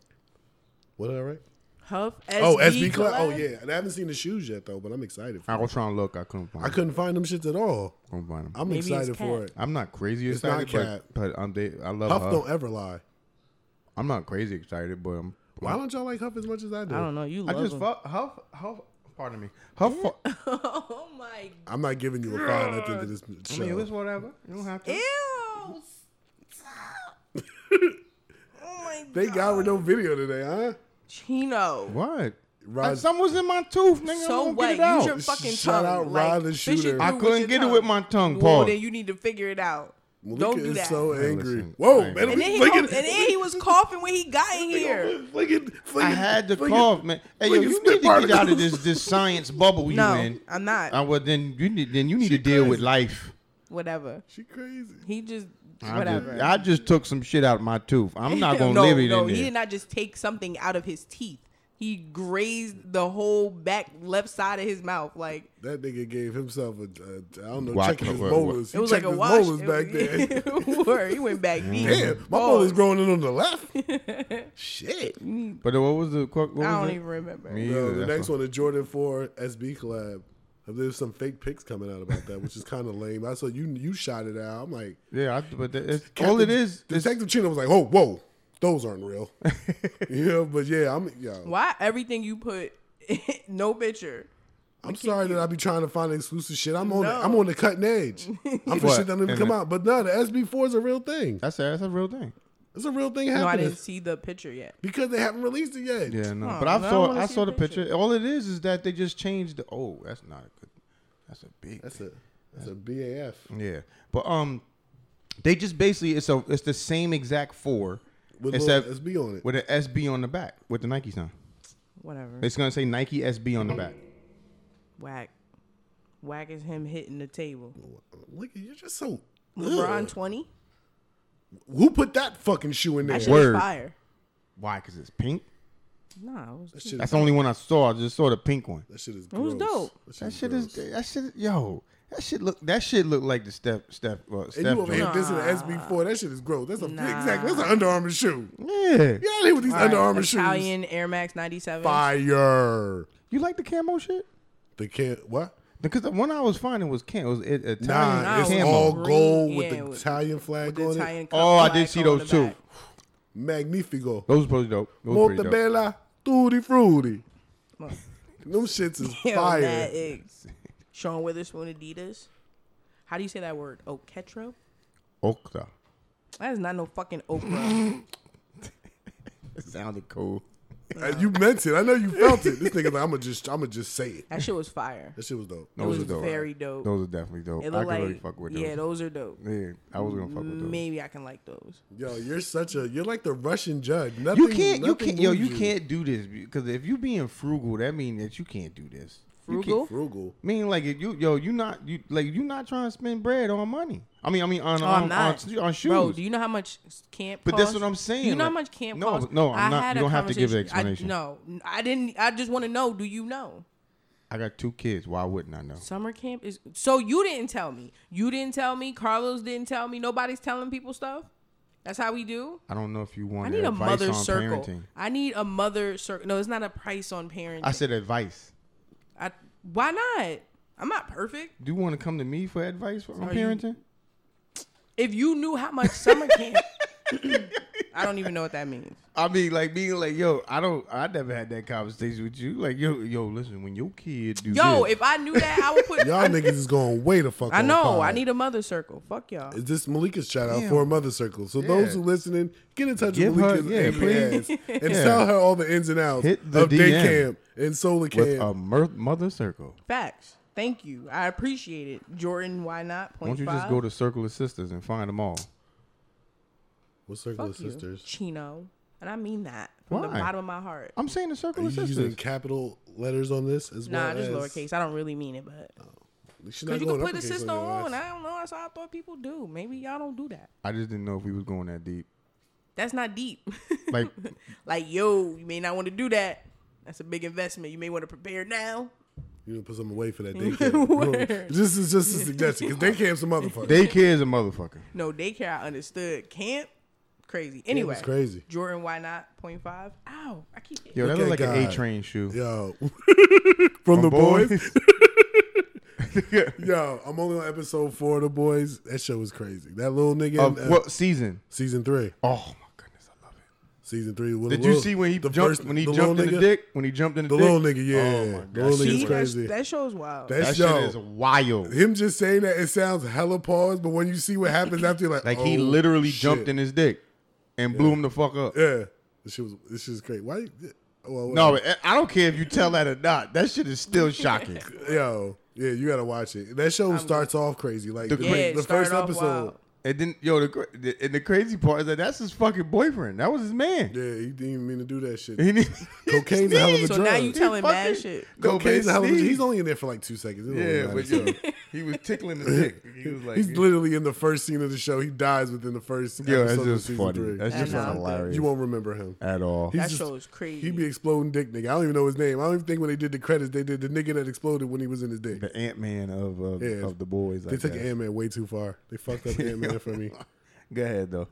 Speaker 4: what did I write?
Speaker 3: Huff.
Speaker 4: Oh,
Speaker 3: SB
Speaker 4: SB Cloud. Oh
Speaker 3: collab?
Speaker 4: yeah, and I haven't seen the shoes yet though, but I'm excited. For
Speaker 2: I was trying to look. I couldn't find.
Speaker 4: I couldn't find them shits at all.
Speaker 2: couldn't find them.
Speaker 4: I'm
Speaker 3: Maybe it's
Speaker 4: excited for
Speaker 3: cat.
Speaker 4: it.
Speaker 2: I'm not crazy
Speaker 4: It's not
Speaker 2: excited, but, but I'm. They, I love.
Speaker 4: Huff
Speaker 2: Huff.
Speaker 4: don't ever lie.
Speaker 2: I'm not crazy excited, but I'm.
Speaker 4: Why don't y'all like Huff as much as I do?
Speaker 3: I don't know. You
Speaker 2: I
Speaker 3: love
Speaker 2: just
Speaker 3: him.
Speaker 2: fuck Huff. Huff. Pardon me. Huff. I
Speaker 3: oh my.
Speaker 4: I'm not giving you a fine at the end of this show.
Speaker 2: mean, it's whatever. You don't have to.
Speaker 3: Ew. Oh my
Speaker 4: They
Speaker 3: god.
Speaker 4: got with no video today, huh?
Speaker 3: Chino.
Speaker 2: What?
Speaker 4: Rod-
Speaker 2: Rod, something was in my tooth, nigga.
Speaker 3: So
Speaker 2: I won't get it
Speaker 3: what? Use
Speaker 2: out.
Speaker 3: your fucking
Speaker 4: Shout
Speaker 3: tongue.
Speaker 4: out Rod
Speaker 3: like,
Speaker 4: the
Speaker 3: fish it
Speaker 4: Shooter.
Speaker 3: through
Speaker 4: I
Speaker 3: with
Speaker 2: couldn't
Speaker 3: your
Speaker 2: get it with my tongue,
Speaker 3: Well,
Speaker 2: Paul.
Speaker 3: then you need to figure it out.
Speaker 4: Malika
Speaker 3: Don't do
Speaker 4: is
Speaker 3: that.
Speaker 4: so
Speaker 2: Hey,
Speaker 4: angry.
Speaker 2: listen,
Speaker 4: Whoa,
Speaker 2: I ain't
Speaker 4: man!
Speaker 2: gonna-
Speaker 3: and then he
Speaker 4: look
Speaker 3: cough-
Speaker 4: at
Speaker 3: and then he was coughing when he got in here.
Speaker 4: Look at, look
Speaker 2: I
Speaker 4: at-
Speaker 2: had to
Speaker 4: look at-
Speaker 2: cough, man. Hey, yo,
Speaker 4: look at
Speaker 2: you
Speaker 4: spit
Speaker 2: need to get out of
Speaker 4: particles.
Speaker 2: this this science bubble you
Speaker 3: No,
Speaker 2: in.
Speaker 3: I'm not.
Speaker 2: I well, then you need then you need
Speaker 4: She
Speaker 2: to deal with
Speaker 4: crazy.
Speaker 2: life.
Speaker 3: Whatever.
Speaker 4: She crazy.
Speaker 3: He just
Speaker 2: I
Speaker 3: whatever.
Speaker 2: just, I just took some shit out of my tooth. I'm not gonna
Speaker 3: no,
Speaker 2: live it
Speaker 3: no,
Speaker 2: in there.
Speaker 3: he did not just take something out of his teeth. He grazed the whole back left side of his mouth. Like
Speaker 4: That nigga gave himself a, a I don't know,
Speaker 2: Why-
Speaker 4: checking his
Speaker 2: what- what-
Speaker 4: molars.
Speaker 3: it was
Speaker 4: he
Speaker 3: like
Speaker 4: checked
Speaker 3: a
Speaker 4: his
Speaker 3: wash.
Speaker 4: molars
Speaker 3: It
Speaker 4: back
Speaker 3: was-
Speaker 4: there.
Speaker 3: Word, he went back deep.
Speaker 4: Damn, my
Speaker 3: Balls.
Speaker 4: molar's growing in on the left. Shit.
Speaker 2: but what was the? What was
Speaker 3: I don't
Speaker 2: it?
Speaker 3: even remember.
Speaker 2: Me
Speaker 4: Yo,
Speaker 2: either.
Speaker 4: the
Speaker 2: that's
Speaker 4: next
Speaker 2: what-
Speaker 4: one, the Jordan 4 SB collab. There's some fake pics coming out about that, which is kind of lame. I saw you you shot it out. I'm like,
Speaker 2: Yeah, I, but that, it's, all it is is
Speaker 4: Detective Chino was like, oh, whoa, those aren't real. yeah, but yeah, I'm yo,
Speaker 3: Why everything you put no picture?
Speaker 4: I'm sorry that I be trying to find exclusive shit. I'm on, the,
Speaker 3: No.
Speaker 4: I'm on the cutting edge. I'm for
Speaker 2: What?
Speaker 4: shit that don't even
Speaker 2: And
Speaker 4: come
Speaker 2: the-
Speaker 4: out. But no, the SB 4 is a real thing.
Speaker 2: that's a, that's a real thing.
Speaker 4: It's a real thing
Speaker 3: No, I
Speaker 4: happening
Speaker 3: didn't see the picture yet.
Speaker 4: because they haven't released it yet.
Speaker 2: Yeah, no.
Speaker 3: Oh,
Speaker 2: but I
Speaker 3: well, I
Speaker 2: saw
Speaker 3: wanna
Speaker 2: I
Speaker 3: see
Speaker 2: saw
Speaker 3: the
Speaker 2: the picture. All it is is that they just changed the. Oh, that's not a good. That's a big.
Speaker 4: That's a that's a BAF.
Speaker 2: Yeah, but um, they just basically it's a it's the same exact four,
Speaker 4: With
Speaker 2: except
Speaker 4: little SB on it.
Speaker 2: with an SB on the back with the Nike sign.
Speaker 3: Whatever.
Speaker 2: It's gonna say Nike SB on the back.
Speaker 3: Whack. Whack is him hitting the table.
Speaker 4: Look, you're just so.
Speaker 3: LeBron
Speaker 4: Ugh.
Speaker 3: twenty.
Speaker 4: Who put that fucking shoe in there?
Speaker 3: That
Speaker 2: shit
Speaker 3: shit
Speaker 2: Word.
Speaker 3: is fire.
Speaker 2: Why? Cause it's pink.
Speaker 3: Nah, it was
Speaker 4: That shit
Speaker 2: That's
Speaker 4: is,
Speaker 2: the only one I saw. I just saw the pink one.
Speaker 4: that shit is
Speaker 3: It was
Speaker 4: gross.
Speaker 3: dope.
Speaker 2: That shit is that shit. is- Yo, that shit look that shit look like the step step uh,
Speaker 4: And
Speaker 2: step.
Speaker 4: you over here
Speaker 2: joint.
Speaker 4: this in the SB four. That shit is gross. That's a
Speaker 3: Nah.
Speaker 4: exactly. That's an Under Armour shoe.
Speaker 2: Yeah,
Speaker 4: Get out of here with these Under
Speaker 3: Alright,
Speaker 4: Armour shoes.
Speaker 3: Italian Air Max ninety seven.
Speaker 4: Fire.
Speaker 2: you like the camo shit?
Speaker 4: The can what?
Speaker 2: Because the one I was finding was cam was it Italian
Speaker 4: Nah, it's
Speaker 2: camo.
Speaker 4: all
Speaker 3: Green,
Speaker 4: gold with
Speaker 3: yeah,
Speaker 4: the
Speaker 3: with-
Speaker 4: Italian flag
Speaker 3: The
Speaker 4: on
Speaker 3: Italian cup
Speaker 2: oh, I did
Speaker 3: flag
Speaker 2: see
Speaker 3: on
Speaker 2: those
Speaker 3: the
Speaker 2: too.
Speaker 3: back.
Speaker 4: it. Magnifico.
Speaker 2: Those were pretty dope. Those were pretty dope.
Speaker 4: Montebella, tutti frutti.
Speaker 3: Well,
Speaker 4: Them shits is
Speaker 3: damn,
Speaker 4: fire.
Speaker 3: that is- Sean Witherspoon Adidas. How do you say that word? Oketra?
Speaker 2: Okta.
Speaker 3: That is not no fucking Oprah.
Speaker 2: It sounded cool.
Speaker 4: Uh, You meant it. I know you felt it. This nigga, like, I'ma just, I'ma just say it.
Speaker 3: that shit was fire.
Speaker 4: That shit was dope.
Speaker 3: It
Speaker 2: Those
Speaker 3: was
Speaker 2: are dope.
Speaker 3: very dope.
Speaker 2: Those are definitely dope.
Speaker 3: It
Speaker 2: I
Speaker 3: looked
Speaker 2: could
Speaker 3: like
Speaker 2: really fuck with those.
Speaker 3: yeah, those are dope.
Speaker 2: Yeah, I was gonna fuck with those.
Speaker 3: Maybe I can like those.
Speaker 4: Yo, you're such a, you're like the Russian judge. Nothing,
Speaker 2: You can't, you
Speaker 4: nothing
Speaker 2: can't, yo,
Speaker 4: moves
Speaker 2: you can't do this because if you being frugal, that means that you can't do this. You can't-
Speaker 3: Frugal?
Speaker 4: Frugal.
Speaker 2: mean, like if you, yo, you not, you like you not trying to spend bread on money. I mean, I mean on,
Speaker 3: Oh,
Speaker 2: on,
Speaker 3: I'm not.
Speaker 2: on, on shoes.
Speaker 3: Bro, do you know how much camp?
Speaker 2: But that's
Speaker 3: costs?
Speaker 2: what I'm saying,
Speaker 3: Do you know how
Speaker 2: like-
Speaker 3: much camp?
Speaker 2: No,
Speaker 3: costs?
Speaker 2: no, I'm not-
Speaker 3: had
Speaker 2: you
Speaker 3: a
Speaker 2: don't have to give an
Speaker 3: conversation-
Speaker 2: explanation.
Speaker 3: I, no, I didn't. I just want to know. Do you know?
Speaker 2: I got two kids. Why wouldn't I know?
Speaker 3: Summer camp is so you didn't tell me. You didn't tell me. Carlos didn't tell me. Nobody's telling people stuff. That's how we do.
Speaker 2: I don't know if you want
Speaker 3: I need a
Speaker 2: advice
Speaker 3: mother
Speaker 2: on
Speaker 3: circle.
Speaker 2: parenting.
Speaker 3: I need a mother circle. No, it's not a price on parenting.
Speaker 2: I said advice.
Speaker 3: I, why not? I'm not perfect.
Speaker 2: Do you want to come to me for advice for, on
Speaker 3: Are you-
Speaker 2: parenting?
Speaker 3: If you knew how much summer camp, I don't even know what that means.
Speaker 2: I mean, like being like, yo, I don't, I never had that conversation with you. Like, yo, yo, listen, when your kid do
Speaker 3: Yo,
Speaker 2: this,
Speaker 3: if I knew that, I would put.
Speaker 4: Y'all niggas is going way the fuck.
Speaker 3: I
Speaker 4: on
Speaker 3: know.
Speaker 4: pod.
Speaker 3: I need a mother circle. Fuck y'all.
Speaker 4: Is this Malika's shout out
Speaker 2: Damn.
Speaker 4: for Mother Circle? So those
Speaker 2: Yeah.
Speaker 4: who listening, get in touch
Speaker 2: Give
Speaker 4: with
Speaker 2: her-
Speaker 4: Malika
Speaker 2: yeah,
Speaker 4: and,
Speaker 2: please.
Speaker 4: Yaz and
Speaker 2: Yeah.
Speaker 4: tell her all the ins and outs
Speaker 2: Hit the
Speaker 4: of day
Speaker 2: DM.
Speaker 4: camp and solar camp.
Speaker 2: with uh, a mer- mother circle,
Speaker 3: Facts. Thank you. I appreciate it, Jordan. Why not?
Speaker 2: why don't you just
Speaker 3: 0.5.
Speaker 2: go to Circle of Sisters and find them all?
Speaker 4: What's Circle
Speaker 3: Fuck
Speaker 4: of
Speaker 3: you,
Speaker 4: Sisters?
Speaker 3: Chino, and I mean that from the
Speaker 2: Why? Oh,
Speaker 3: bottom of my heart.
Speaker 2: I'm saying the Circle
Speaker 4: Are
Speaker 2: of
Speaker 4: you using
Speaker 2: Sisters.
Speaker 4: capital letters on this as
Speaker 3: Nah,
Speaker 4: well?
Speaker 3: just
Speaker 4: as-
Speaker 3: lowercase. I don't really mean it, but
Speaker 4: She's not
Speaker 3: because you
Speaker 4: going
Speaker 3: can put the
Speaker 4: uppercase
Speaker 3: system
Speaker 4: your
Speaker 3: on.
Speaker 4: ass.
Speaker 3: I don't know. That's how I thought people do. Maybe y'all don't do that.
Speaker 2: I just didn't know if we was going that deep.
Speaker 3: That's not deep.
Speaker 2: Like,
Speaker 3: like yo, you may not want to do that. That's a big investment. You may want to prepare now.
Speaker 4: You know, put something away for that daycare. this is just a suggestion because daycare's a motherfucker.
Speaker 2: Daycare is a motherfucker.
Speaker 3: No daycare, I understood. Camp, crazy. Anyway,
Speaker 4: it's crazy.
Speaker 3: Jordan, why not? Point five. Ow, I keep.
Speaker 2: Yo, that
Speaker 4: Look
Speaker 2: look
Speaker 4: at
Speaker 2: like an
Speaker 4: God.
Speaker 2: A train shoe.
Speaker 4: Yo, from the boys. Yo, I'm only on episode four of the boys. That show was crazy. That little nigga.
Speaker 2: of
Speaker 4: in, uh,
Speaker 2: what season?
Speaker 4: Season three.
Speaker 2: Oh my goodness, I love it.
Speaker 4: Season three. with
Speaker 2: Did
Speaker 4: the
Speaker 2: you
Speaker 4: little-
Speaker 2: see when he
Speaker 4: the
Speaker 2: jumped
Speaker 4: first-
Speaker 2: when he
Speaker 4: the
Speaker 2: jumped
Speaker 4: little
Speaker 2: in the
Speaker 4: nigga?
Speaker 2: dick? When he jumped in the,
Speaker 4: The
Speaker 2: dick?
Speaker 4: little nigga,
Speaker 2: Oh
Speaker 4: yeah.
Speaker 2: my
Speaker 4: the
Speaker 2: god.
Speaker 4: little
Speaker 3: See,
Speaker 4: nigga's
Speaker 3: that's,
Speaker 4: crazy.
Speaker 3: that show's wild.
Speaker 4: That,
Speaker 2: That
Speaker 4: show.
Speaker 2: shit is wild.
Speaker 4: him just saying that it sounds hella pause, but when you see what happens after, you're like,
Speaker 2: Like he
Speaker 4: oh,
Speaker 2: literally
Speaker 4: shit.
Speaker 2: jumped in his dick and blew him the fuck up.
Speaker 4: Yeah, this shit was this shit is crazy. Why? you- oh, Well,
Speaker 2: No, I- I don't care if you tell that or not. That shit is still shocking.
Speaker 4: yo, yeah, you gotta watch it. That show starts off crazy, like the,
Speaker 2: The-
Speaker 3: yeah, it
Speaker 4: the
Speaker 3: started
Speaker 4: first
Speaker 3: off
Speaker 4: episode.
Speaker 3: wild.
Speaker 2: And then, yo, the, cra- the and the crazy part is that that's his fucking boyfriend. That was his man.
Speaker 4: Yeah, he didn't even mean to do that shit.
Speaker 2: He need-
Speaker 4: Cocaine's a hell of a
Speaker 3: So
Speaker 4: drug.
Speaker 3: now you telling bad shit.
Speaker 2: No,
Speaker 4: Cocaine's a hell of a-
Speaker 2: sneezed.
Speaker 4: He's only in there for like two seconds. It don't really
Speaker 2: yeah,
Speaker 4: matter.
Speaker 2: but yo, he was tickling the dick. He was like,
Speaker 4: he's literally in the first scene of the show. He dies within the first
Speaker 2: yo, that's
Speaker 4: episode of
Speaker 2: just
Speaker 4: season
Speaker 2: funny.
Speaker 4: three.
Speaker 2: That's
Speaker 3: I
Speaker 2: just
Speaker 3: know.
Speaker 2: hilarious.
Speaker 4: you won't remember him.
Speaker 2: at all.
Speaker 4: He's
Speaker 3: That
Speaker 4: just-
Speaker 3: show is crazy.
Speaker 4: He be exploding dick nigga. I don't even know his name. I don't even think when they did the credits, they did the nigga that exploded when he was in his dick.
Speaker 2: The Ant Man of of,
Speaker 4: Yeah.
Speaker 2: of the boys.
Speaker 4: They
Speaker 2: Like
Speaker 4: took
Speaker 2: that.
Speaker 4: Ant Man way too far. They fucked up Ant Man for me.
Speaker 2: Go ahead though.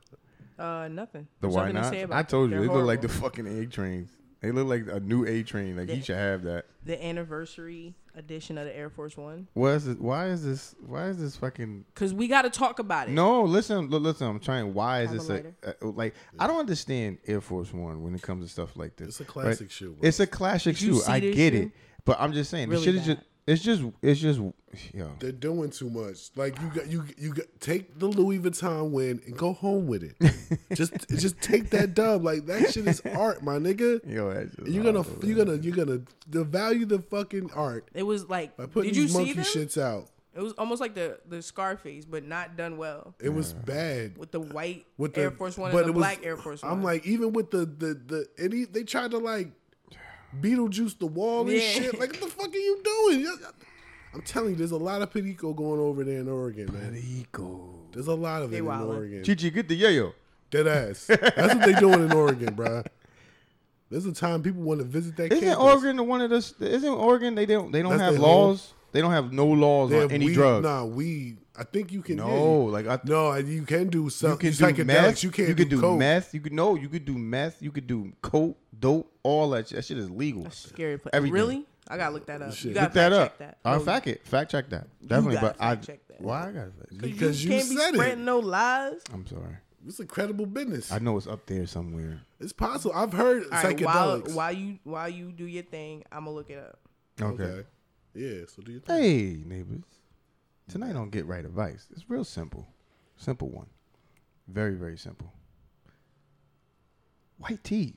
Speaker 3: uh, nothing.
Speaker 2: The
Speaker 3: There's
Speaker 2: why
Speaker 3: nothing to
Speaker 2: not?
Speaker 3: say about
Speaker 2: I
Speaker 3: it.
Speaker 2: told you
Speaker 3: They're
Speaker 2: they look like
Speaker 3: horrible.
Speaker 2: the fucking egg trains. They look like a new A train. Like he
Speaker 3: Yeah.
Speaker 2: should have that.
Speaker 3: the anniversary edition of the Air Force One.
Speaker 2: What is this? Why is this? Why is this fucking?
Speaker 3: Cause we got to talk about it.
Speaker 2: No, listen, li- listen. I'm trying. Why is
Speaker 3: Have a
Speaker 2: this a,
Speaker 3: lighter.
Speaker 2: a- like? I don't understand Air Force One when it comes to stuff like this.
Speaker 4: It's a classic shoe, bro.
Speaker 2: It's a classic
Speaker 3: Did you
Speaker 2: shoe.
Speaker 3: see
Speaker 2: I
Speaker 3: this
Speaker 2: get
Speaker 3: shoe?
Speaker 2: it, but I'm just saying. this
Speaker 3: Really
Speaker 2: shit is
Speaker 3: bad.
Speaker 2: just. It's just. It's just. Yo.
Speaker 4: They're doing too much. Like you got you you got, take the Louis Vuitton win and go home with it. just just take that dub. Like that shit is art, my nigga.
Speaker 2: Yo, oh, that's just
Speaker 4: You're gonna
Speaker 2: horrible,
Speaker 4: you're
Speaker 2: man.
Speaker 4: gonna you're gonna devalue the fucking art
Speaker 3: It was like,
Speaker 4: by putting
Speaker 3: did you
Speaker 4: these
Speaker 3: see
Speaker 4: monkey
Speaker 3: them?
Speaker 4: shits out.
Speaker 3: It was almost like the the Scarface, but not done well
Speaker 4: It was bad.
Speaker 3: with the white
Speaker 4: With the
Speaker 3: Air Force One
Speaker 4: but
Speaker 3: and the
Speaker 4: it was-
Speaker 3: black Air Force One.
Speaker 4: I'm like even with the the the and he, they tried to like Beetlejuice the wall and
Speaker 3: Yeah.
Speaker 4: shit. Like what the fuck are you doing? You- I'm telling you, there's a lot of Pedico going over there in Oregon, man.
Speaker 2: Eagle.
Speaker 4: There's a lot of it in
Speaker 3: wildin'.
Speaker 4: Oregon.
Speaker 2: Chichi, get the yayo.
Speaker 4: Dead ass. That's what they doing in Oregon, bruh. There's a time people want to visit that
Speaker 2: Isn't
Speaker 4: campus.
Speaker 2: Oregon the one of the? Isn't Oregon? They don't. They don't
Speaker 4: That's
Speaker 2: have
Speaker 4: their
Speaker 2: laws. They don't have no laws
Speaker 4: They
Speaker 2: on
Speaker 4: have
Speaker 2: any
Speaker 4: weed.
Speaker 2: drugs.
Speaker 4: Nah, weed. I think you can. yeah,
Speaker 2: No,
Speaker 4: you-
Speaker 2: like I.
Speaker 4: no, you can do
Speaker 2: you
Speaker 4: something.
Speaker 2: can do meth.
Speaker 4: You can't
Speaker 2: you can
Speaker 4: do,
Speaker 2: do,
Speaker 4: coke.
Speaker 2: meth. You could no. You could do meth. You could do coke, dope, all that. Shit. That shit is legal.
Speaker 3: That's scary. Place.
Speaker 2: Everything.
Speaker 3: Really? I gotta look that up.
Speaker 4: Shit.
Speaker 3: You
Speaker 4: Look
Speaker 3: gotta
Speaker 2: Look that
Speaker 3: fact
Speaker 2: up.
Speaker 3: check that.
Speaker 2: I'll
Speaker 3: No,
Speaker 2: fact it. Fact check that. Definitely.
Speaker 3: gotta
Speaker 2: but I.
Speaker 3: fact check that.
Speaker 2: Why I gotta fact check?
Speaker 4: Because you,
Speaker 3: can't be
Speaker 4: said it.
Speaker 3: spreading no lies.
Speaker 2: I'm sorry.
Speaker 4: It's a credible business.
Speaker 2: I know it's up there somewhere.
Speaker 4: it's possible. I've heard
Speaker 3: All right,
Speaker 4: psychedelics.
Speaker 3: while while you while you do your thing, I'm gonna look it up.
Speaker 2: Okay.
Speaker 4: okay. Yeah. So do you think?
Speaker 2: Hey neighbors, tonight on Get Right Advice. It's real simple, simple one, very very simple. White teas,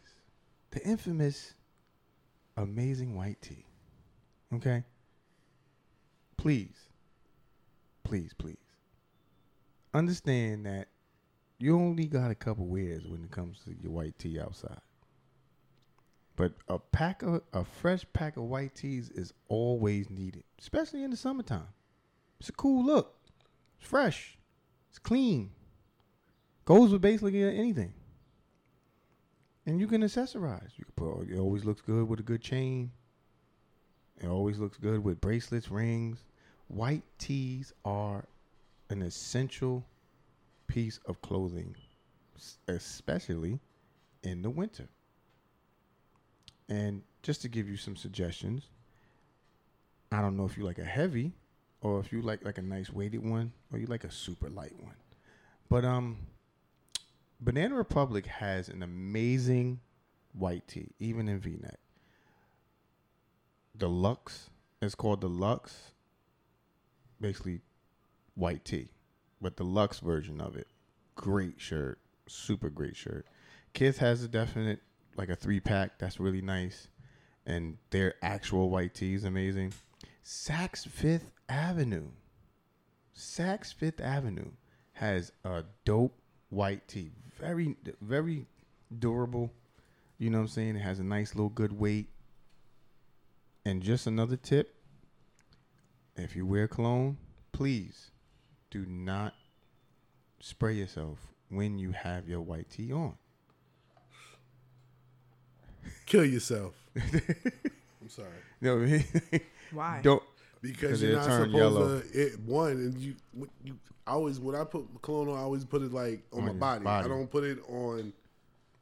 Speaker 2: the infamous, amazing white tea. Okay. Please, please, please, understand that you only got a couple wears when it comes to your white tea outside. But a pack of a fresh pack of white teas is always needed, especially in the summertime. It's a cool look. It's fresh. It's clean. Goes with basically anything. And you can accessorize. You can put it always looks good with a good chain. It always looks good with bracelets, rings. White teas are an essential piece of clothing, s- especially in the winter. And just to give you some suggestions, I don't know if you like a heavy or if you like like a nice weighted one or you like a super light one. But um Banana Republic has an amazing white tee, even in V-neck. The Lux, it's called the Lux, basically white tee, but the Lux version of it. Great shirt, super great shirt. Kith has a definite like a three pack that's really nice, and their actual white tee is amazing. Saks Fifth Avenue, Saks Fifth Avenue has a dope white tee, very very durable. You know what I'm saying? It has a nice little good weight. And just another tip: if you wear cologne, please do not spray yourself when you have your white tee on.
Speaker 4: Kill yourself. I'm sorry.
Speaker 2: No, he,
Speaker 3: Why?
Speaker 2: don't.
Speaker 4: Because
Speaker 2: 'Cause
Speaker 4: you're
Speaker 2: it
Speaker 4: not
Speaker 2: turned
Speaker 4: supposed
Speaker 2: yellow.
Speaker 4: to. It one and you, you. I always when I put cologne on, I always put it like on,
Speaker 2: On
Speaker 4: my
Speaker 2: your
Speaker 4: body. I
Speaker 2: body.
Speaker 4: don't put it on.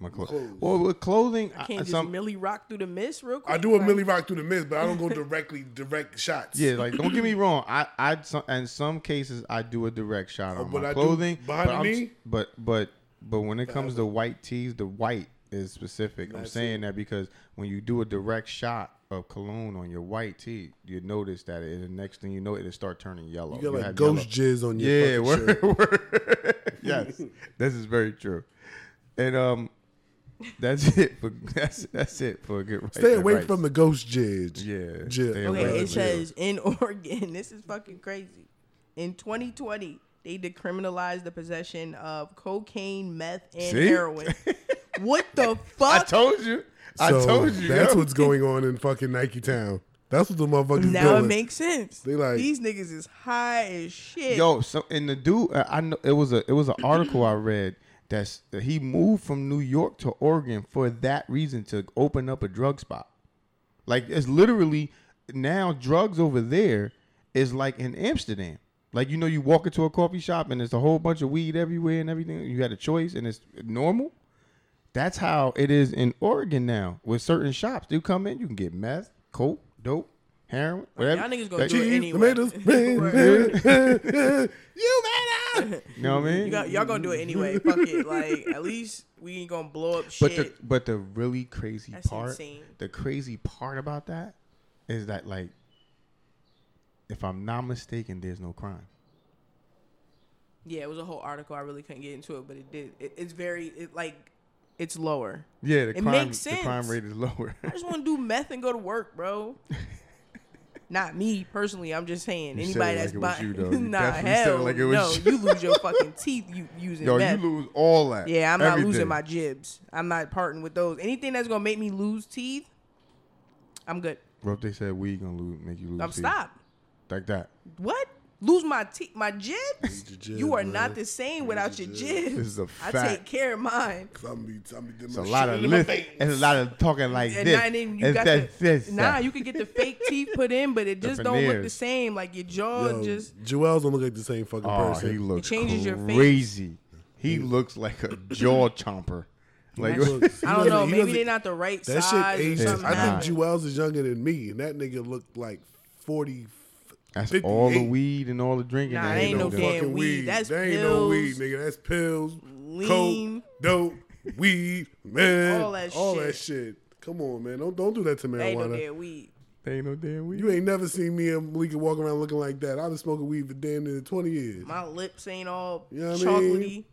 Speaker 2: My
Speaker 4: Clothes.
Speaker 2: clothes. Well, with clothing,
Speaker 3: I can't
Speaker 2: I,
Speaker 3: just
Speaker 2: some,
Speaker 3: Millie rock through the mist real quick.
Speaker 4: I do a
Speaker 3: Like,
Speaker 4: Millie Rock through the mist, but I don't go directly direct shots.
Speaker 2: yeah, like don't get me wrong. I, I, some, in some cases, I do a direct shot on
Speaker 4: Oh, but I
Speaker 2: my
Speaker 4: do
Speaker 2: clothing.
Speaker 4: behind
Speaker 2: but,
Speaker 4: the
Speaker 2: I'm s-
Speaker 4: knee?
Speaker 2: but, but, but when it comes to white tees, the white is specific. I'm
Speaker 4: That's
Speaker 2: saying that because when you do a direct shot of cologne on your white tee, you notice that it, the next thing you know, it'll start turning yellow.
Speaker 4: You got like
Speaker 2: have
Speaker 4: ghost jizz on your
Speaker 2: Yeah,
Speaker 4: fucking
Speaker 2: word,
Speaker 4: shirt.
Speaker 2: word. yes, this is very true, and um, that's it for that's that's it for a good. Right
Speaker 4: Stay
Speaker 2: to
Speaker 4: away
Speaker 2: rights.
Speaker 4: from the ghost jizz.
Speaker 2: Yeah,
Speaker 4: Jizz.
Speaker 2: stay away.
Speaker 3: Okay,
Speaker 2: Yeah.
Speaker 3: it says in Oregon, this is fucking crazy. In 2020, they decriminalized the possession of cocaine, meth, and
Speaker 2: See?
Speaker 3: heroin. what the
Speaker 2: I
Speaker 3: fuck?
Speaker 2: told you. I
Speaker 4: So
Speaker 2: told you.
Speaker 4: That's
Speaker 2: yo.
Speaker 4: what's going on in fucking Nike Town. That's what the motherfuckers
Speaker 3: now it
Speaker 4: doing.
Speaker 3: makes sense.
Speaker 4: They like-
Speaker 3: these niggas is high as shit.
Speaker 2: Yo, so and the dude, uh, I know it was a it was an article I read that's that he moved from New York to Oregon for that reason to open up a drug spot. Like it's literally now drugs over there is like in Amsterdam. Like you know, you walk into a coffee shop and there's a whole bunch of weed everywhere and everything. You had a choice and it's normal. That's how it is in Oregon now with certain shops. You come in, you can get meth, coke, dope, heroin, whatever.
Speaker 3: Y'all niggas gonna
Speaker 2: That-
Speaker 3: do it
Speaker 4: Cheese,
Speaker 3: anyway.
Speaker 4: tomatoes, beans.
Speaker 2: you better. You know what I mean?
Speaker 3: You got, y'all gonna do it anyway. Fuck it. Like at least we ain't gonna blow up shit.
Speaker 2: but the but the really crazy
Speaker 3: That's
Speaker 2: part,
Speaker 3: insane.
Speaker 2: the crazy part about that is that like, if I'm not mistaken, there's no crime.
Speaker 3: yeah, it was a whole article. I really couldn't get into it, but it did. It, it's very it like it's lower.
Speaker 2: Yeah, the
Speaker 3: It
Speaker 2: crime
Speaker 3: makes
Speaker 2: the crime
Speaker 3: sense.
Speaker 2: rate is lower.
Speaker 3: I just want to do meth and go to work, bro. Not me personally. I'm just saying
Speaker 2: You said
Speaker 3: anybody that's
Speaker 2: it like
Speaker 3: buying.
Speaker 2: it was you, though. You
Speaker 3: nah,
Speaker 2: definitely said it
Speaker 3: hell
Speaker 2: like it
Speaker 3: no.
Speaker 2: was
Speaker 3: You. lose your fucking teeth you using
Speaker 2: Yo,
Speaker 3: meth.
Speaker 2: you lose all that.
Speaker 3: yeah, I'm not losing
Speaker 2: Everything.
Speaker 3: my jibs. I'm not parting with those. Anything that's gonna make me lose teeth, I'm good.
Speaker 2: What if they said we gonna lose, make you lose?
Speaker 3: I'm
Speaker 2: teeth?
Speaker 3: stop.
Speaker 2: Like that.
Speaker 3: What? Lose my teeth, my jibs?
Speaker 4: Lose your
Speaker 3: You
Speaker 4: jib,
Speaker 3: are not
Speaker 4: man.
Speaker 3: the same without your jibs.
Speaker 2: This is a
Speaker 3: I
Speaker 2: fact.
Speaker 3: take care of mine.
Speaker 4: Some be- some be doing
Speaker 2: It's a
Speaker 4: my
Speaker 2: lot
Speaker 4: shit
Speaker 2: of
Speaker 4: in my
Speaker 2: lift.
Speaker 4: veins.
Speaker 2: It's a lot of talking like
Speaker 3: And
Speaker 2: this.
Speaker 3: now, and then you
Speaker 2: It's
Speaker 3: got
Speaker 2: that-
Speaker 3: the,
Speaker 2: this,
Speaker 3: nah,
Speaker 2: that.
Speaker 3: you can get the fake teeth put in, but it just don't look the
Speaker 2: veneers.
Speaker 3: same. Like your jaw
Speaker 4: Yo,
Speaker 3: just
Speaker 4: Joel's don't look like the same fucking
Speaker 2: Oh,
Speaker 4: person.
Speaker 2: he looks
Speaker 3: changes your face.
Speaker 2: crazy. He looks like a jaw chomper. Like
Speaker 4: He looks- he
Speaker 3: I don't
Speaker 4: doesn't-
Speaker 3: know.
Speaker 4: he
Speaker 3: Maybe
Speaker 4: doesn't-
Speaker 3: they're not the right
Speaker 4: That
Speaker 3: size.
Speaker 4: shit
Speaker 3: or
Speaker 4: aged.
Speaker 3: something.
Speaker 4: I
Speaker 2: Nah.
Speaker 4: think Joel's is younger than me, and that nigga looked like forty.
Speaker 2: That's
Speaker 4: 58.
Speaker 2: all the weed and all the drinking.
Speaker 3: Nah,
Speaker 2: that
Speaker 3: ain't
Speaker 2: he
Speaker 3: no
Speaker 2: done.
Speaker 3: damn weed. That's
Speaker 4: There ain't no
Speaker 3: pills,
Speaker 4: weed, nigga. That's pills,
Speaker 3: lean.
Speaker 4: coke, dope, weed, man.
Speaker 3: All that
Speaker 4: all
Speaker 3: shit.
Speaker 4: that shit. Come on, man. Don't don't do that to
Speaker 3: They ain't no
Speaker 4: marijuana.
Speaker 3: damn weed.
Speaker 2: There ain't no damn weed.
Speaker 4: you ain't never seen me and Malika walk around looking like that. I've been smoking weed for damn near twenty years.
Speaker 3: My lips ain't all
Speaker 4: You know what I
Speaker 3: chocolatey.
Speaker 4: mean?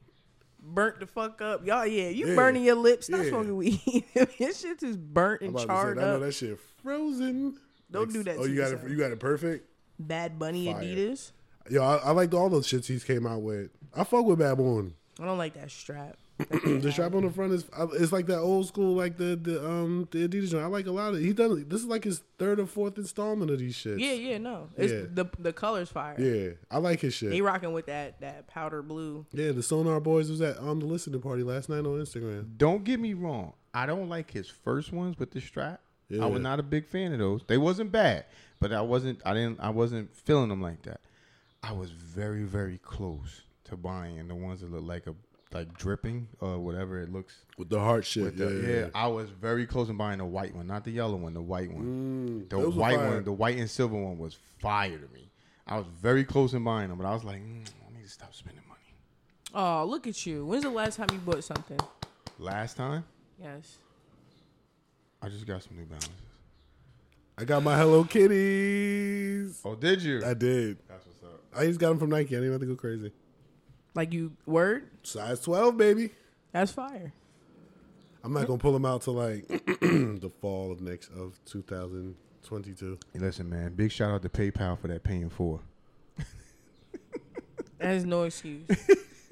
Speaker 3: Burnt the fuck up, y'all. Yeah, you
Speaker 4: Yeah.
Speaker 3: burning your lips. Stop
Speaker 4: Yeah.
Speaker 3: smoking weed. this shit is burnt
Speaker 4: I'm
Speaker 3: and
Speaker 4: about to say,
Speaker 3: charred
Speaker 4: I know
Speaker 3: up.
Speaker 4: that shit frozen.
Speaker 3: Don't do that
Speaker 4: Oh,
Speaker 3: to
Speaker 4: you got
Speaker 3: yourself.
Speaker 4: it. You got it perfect.
Speaker 3: Bad Bunny
Speaker 4: Fire.
Speaker 3: Adidas.
Speaker 4: Yo, I, I liked all those shits he's came out with. I fuck with Babon.
Speaker 3: I don't like that strap.
Speaker 4: the strap on the front is I- it's like that old school, like the the um the Adidas joint. I like a lot of. He done this is like his third or fourth installment of these shits.
Speaker 3: Yeah, yeah, no. It's
Speaker 4: Yeah.
Speaker 3: the the colors fire.
Speaker 4: yeah. I like his shit.
Speaker 3: They rocking with that that powder blue.
Speaker 4: yeah, the Sonar Boys was at um the listening party last night on Instagram.
Speaker 2: Don't get me wrong. I don't like his first ones with the strap.
Speaker 4: Yeah.
Speaker 2: I was not a big fan of those. They wasn't bad, but I wasn't. I didn't. I wasn't feeling them like that. I was very, very close to buying the ones that look like a like dripping or whatever it looks.
Speaker 4: With the heart shit,
Speaker 2: With the- yeah, I was very close to buying the white one, not the yellow one, the white one. the
Speaker 4: Mm, those were
Speaker 2: white
Speaker 4: fire.
Speaker 2: one, the white and silver one was fire to me. I was very close in buying them, but I was like, mm, I need to stop spending money.
Speaker 3: Oh, look at you. When's the last time you bought something?
Speaker 2: Last time,
Speaker 3: Yes.
Speaker 2: I just got some New Balances.
Speaker 4: I got my Hello Kitties.
Speaker 2: Oh, did you?
Speaker 4: I did.
Speaker 2: That's what's up.
Speaker 4: I just got them from Nike. I didn't have to go crazy.
Speaker 3: Like you word?
Speaker 4: Size twelve, baby.
Speaker 3: That's fire.
Speaker 4: I'm not gonna pull them out till like the fall of next of 2022.
Speaker 2: Hey, listen, man. Big shout out to PayPal for that paying for.
Speaker 3: That is no excuse.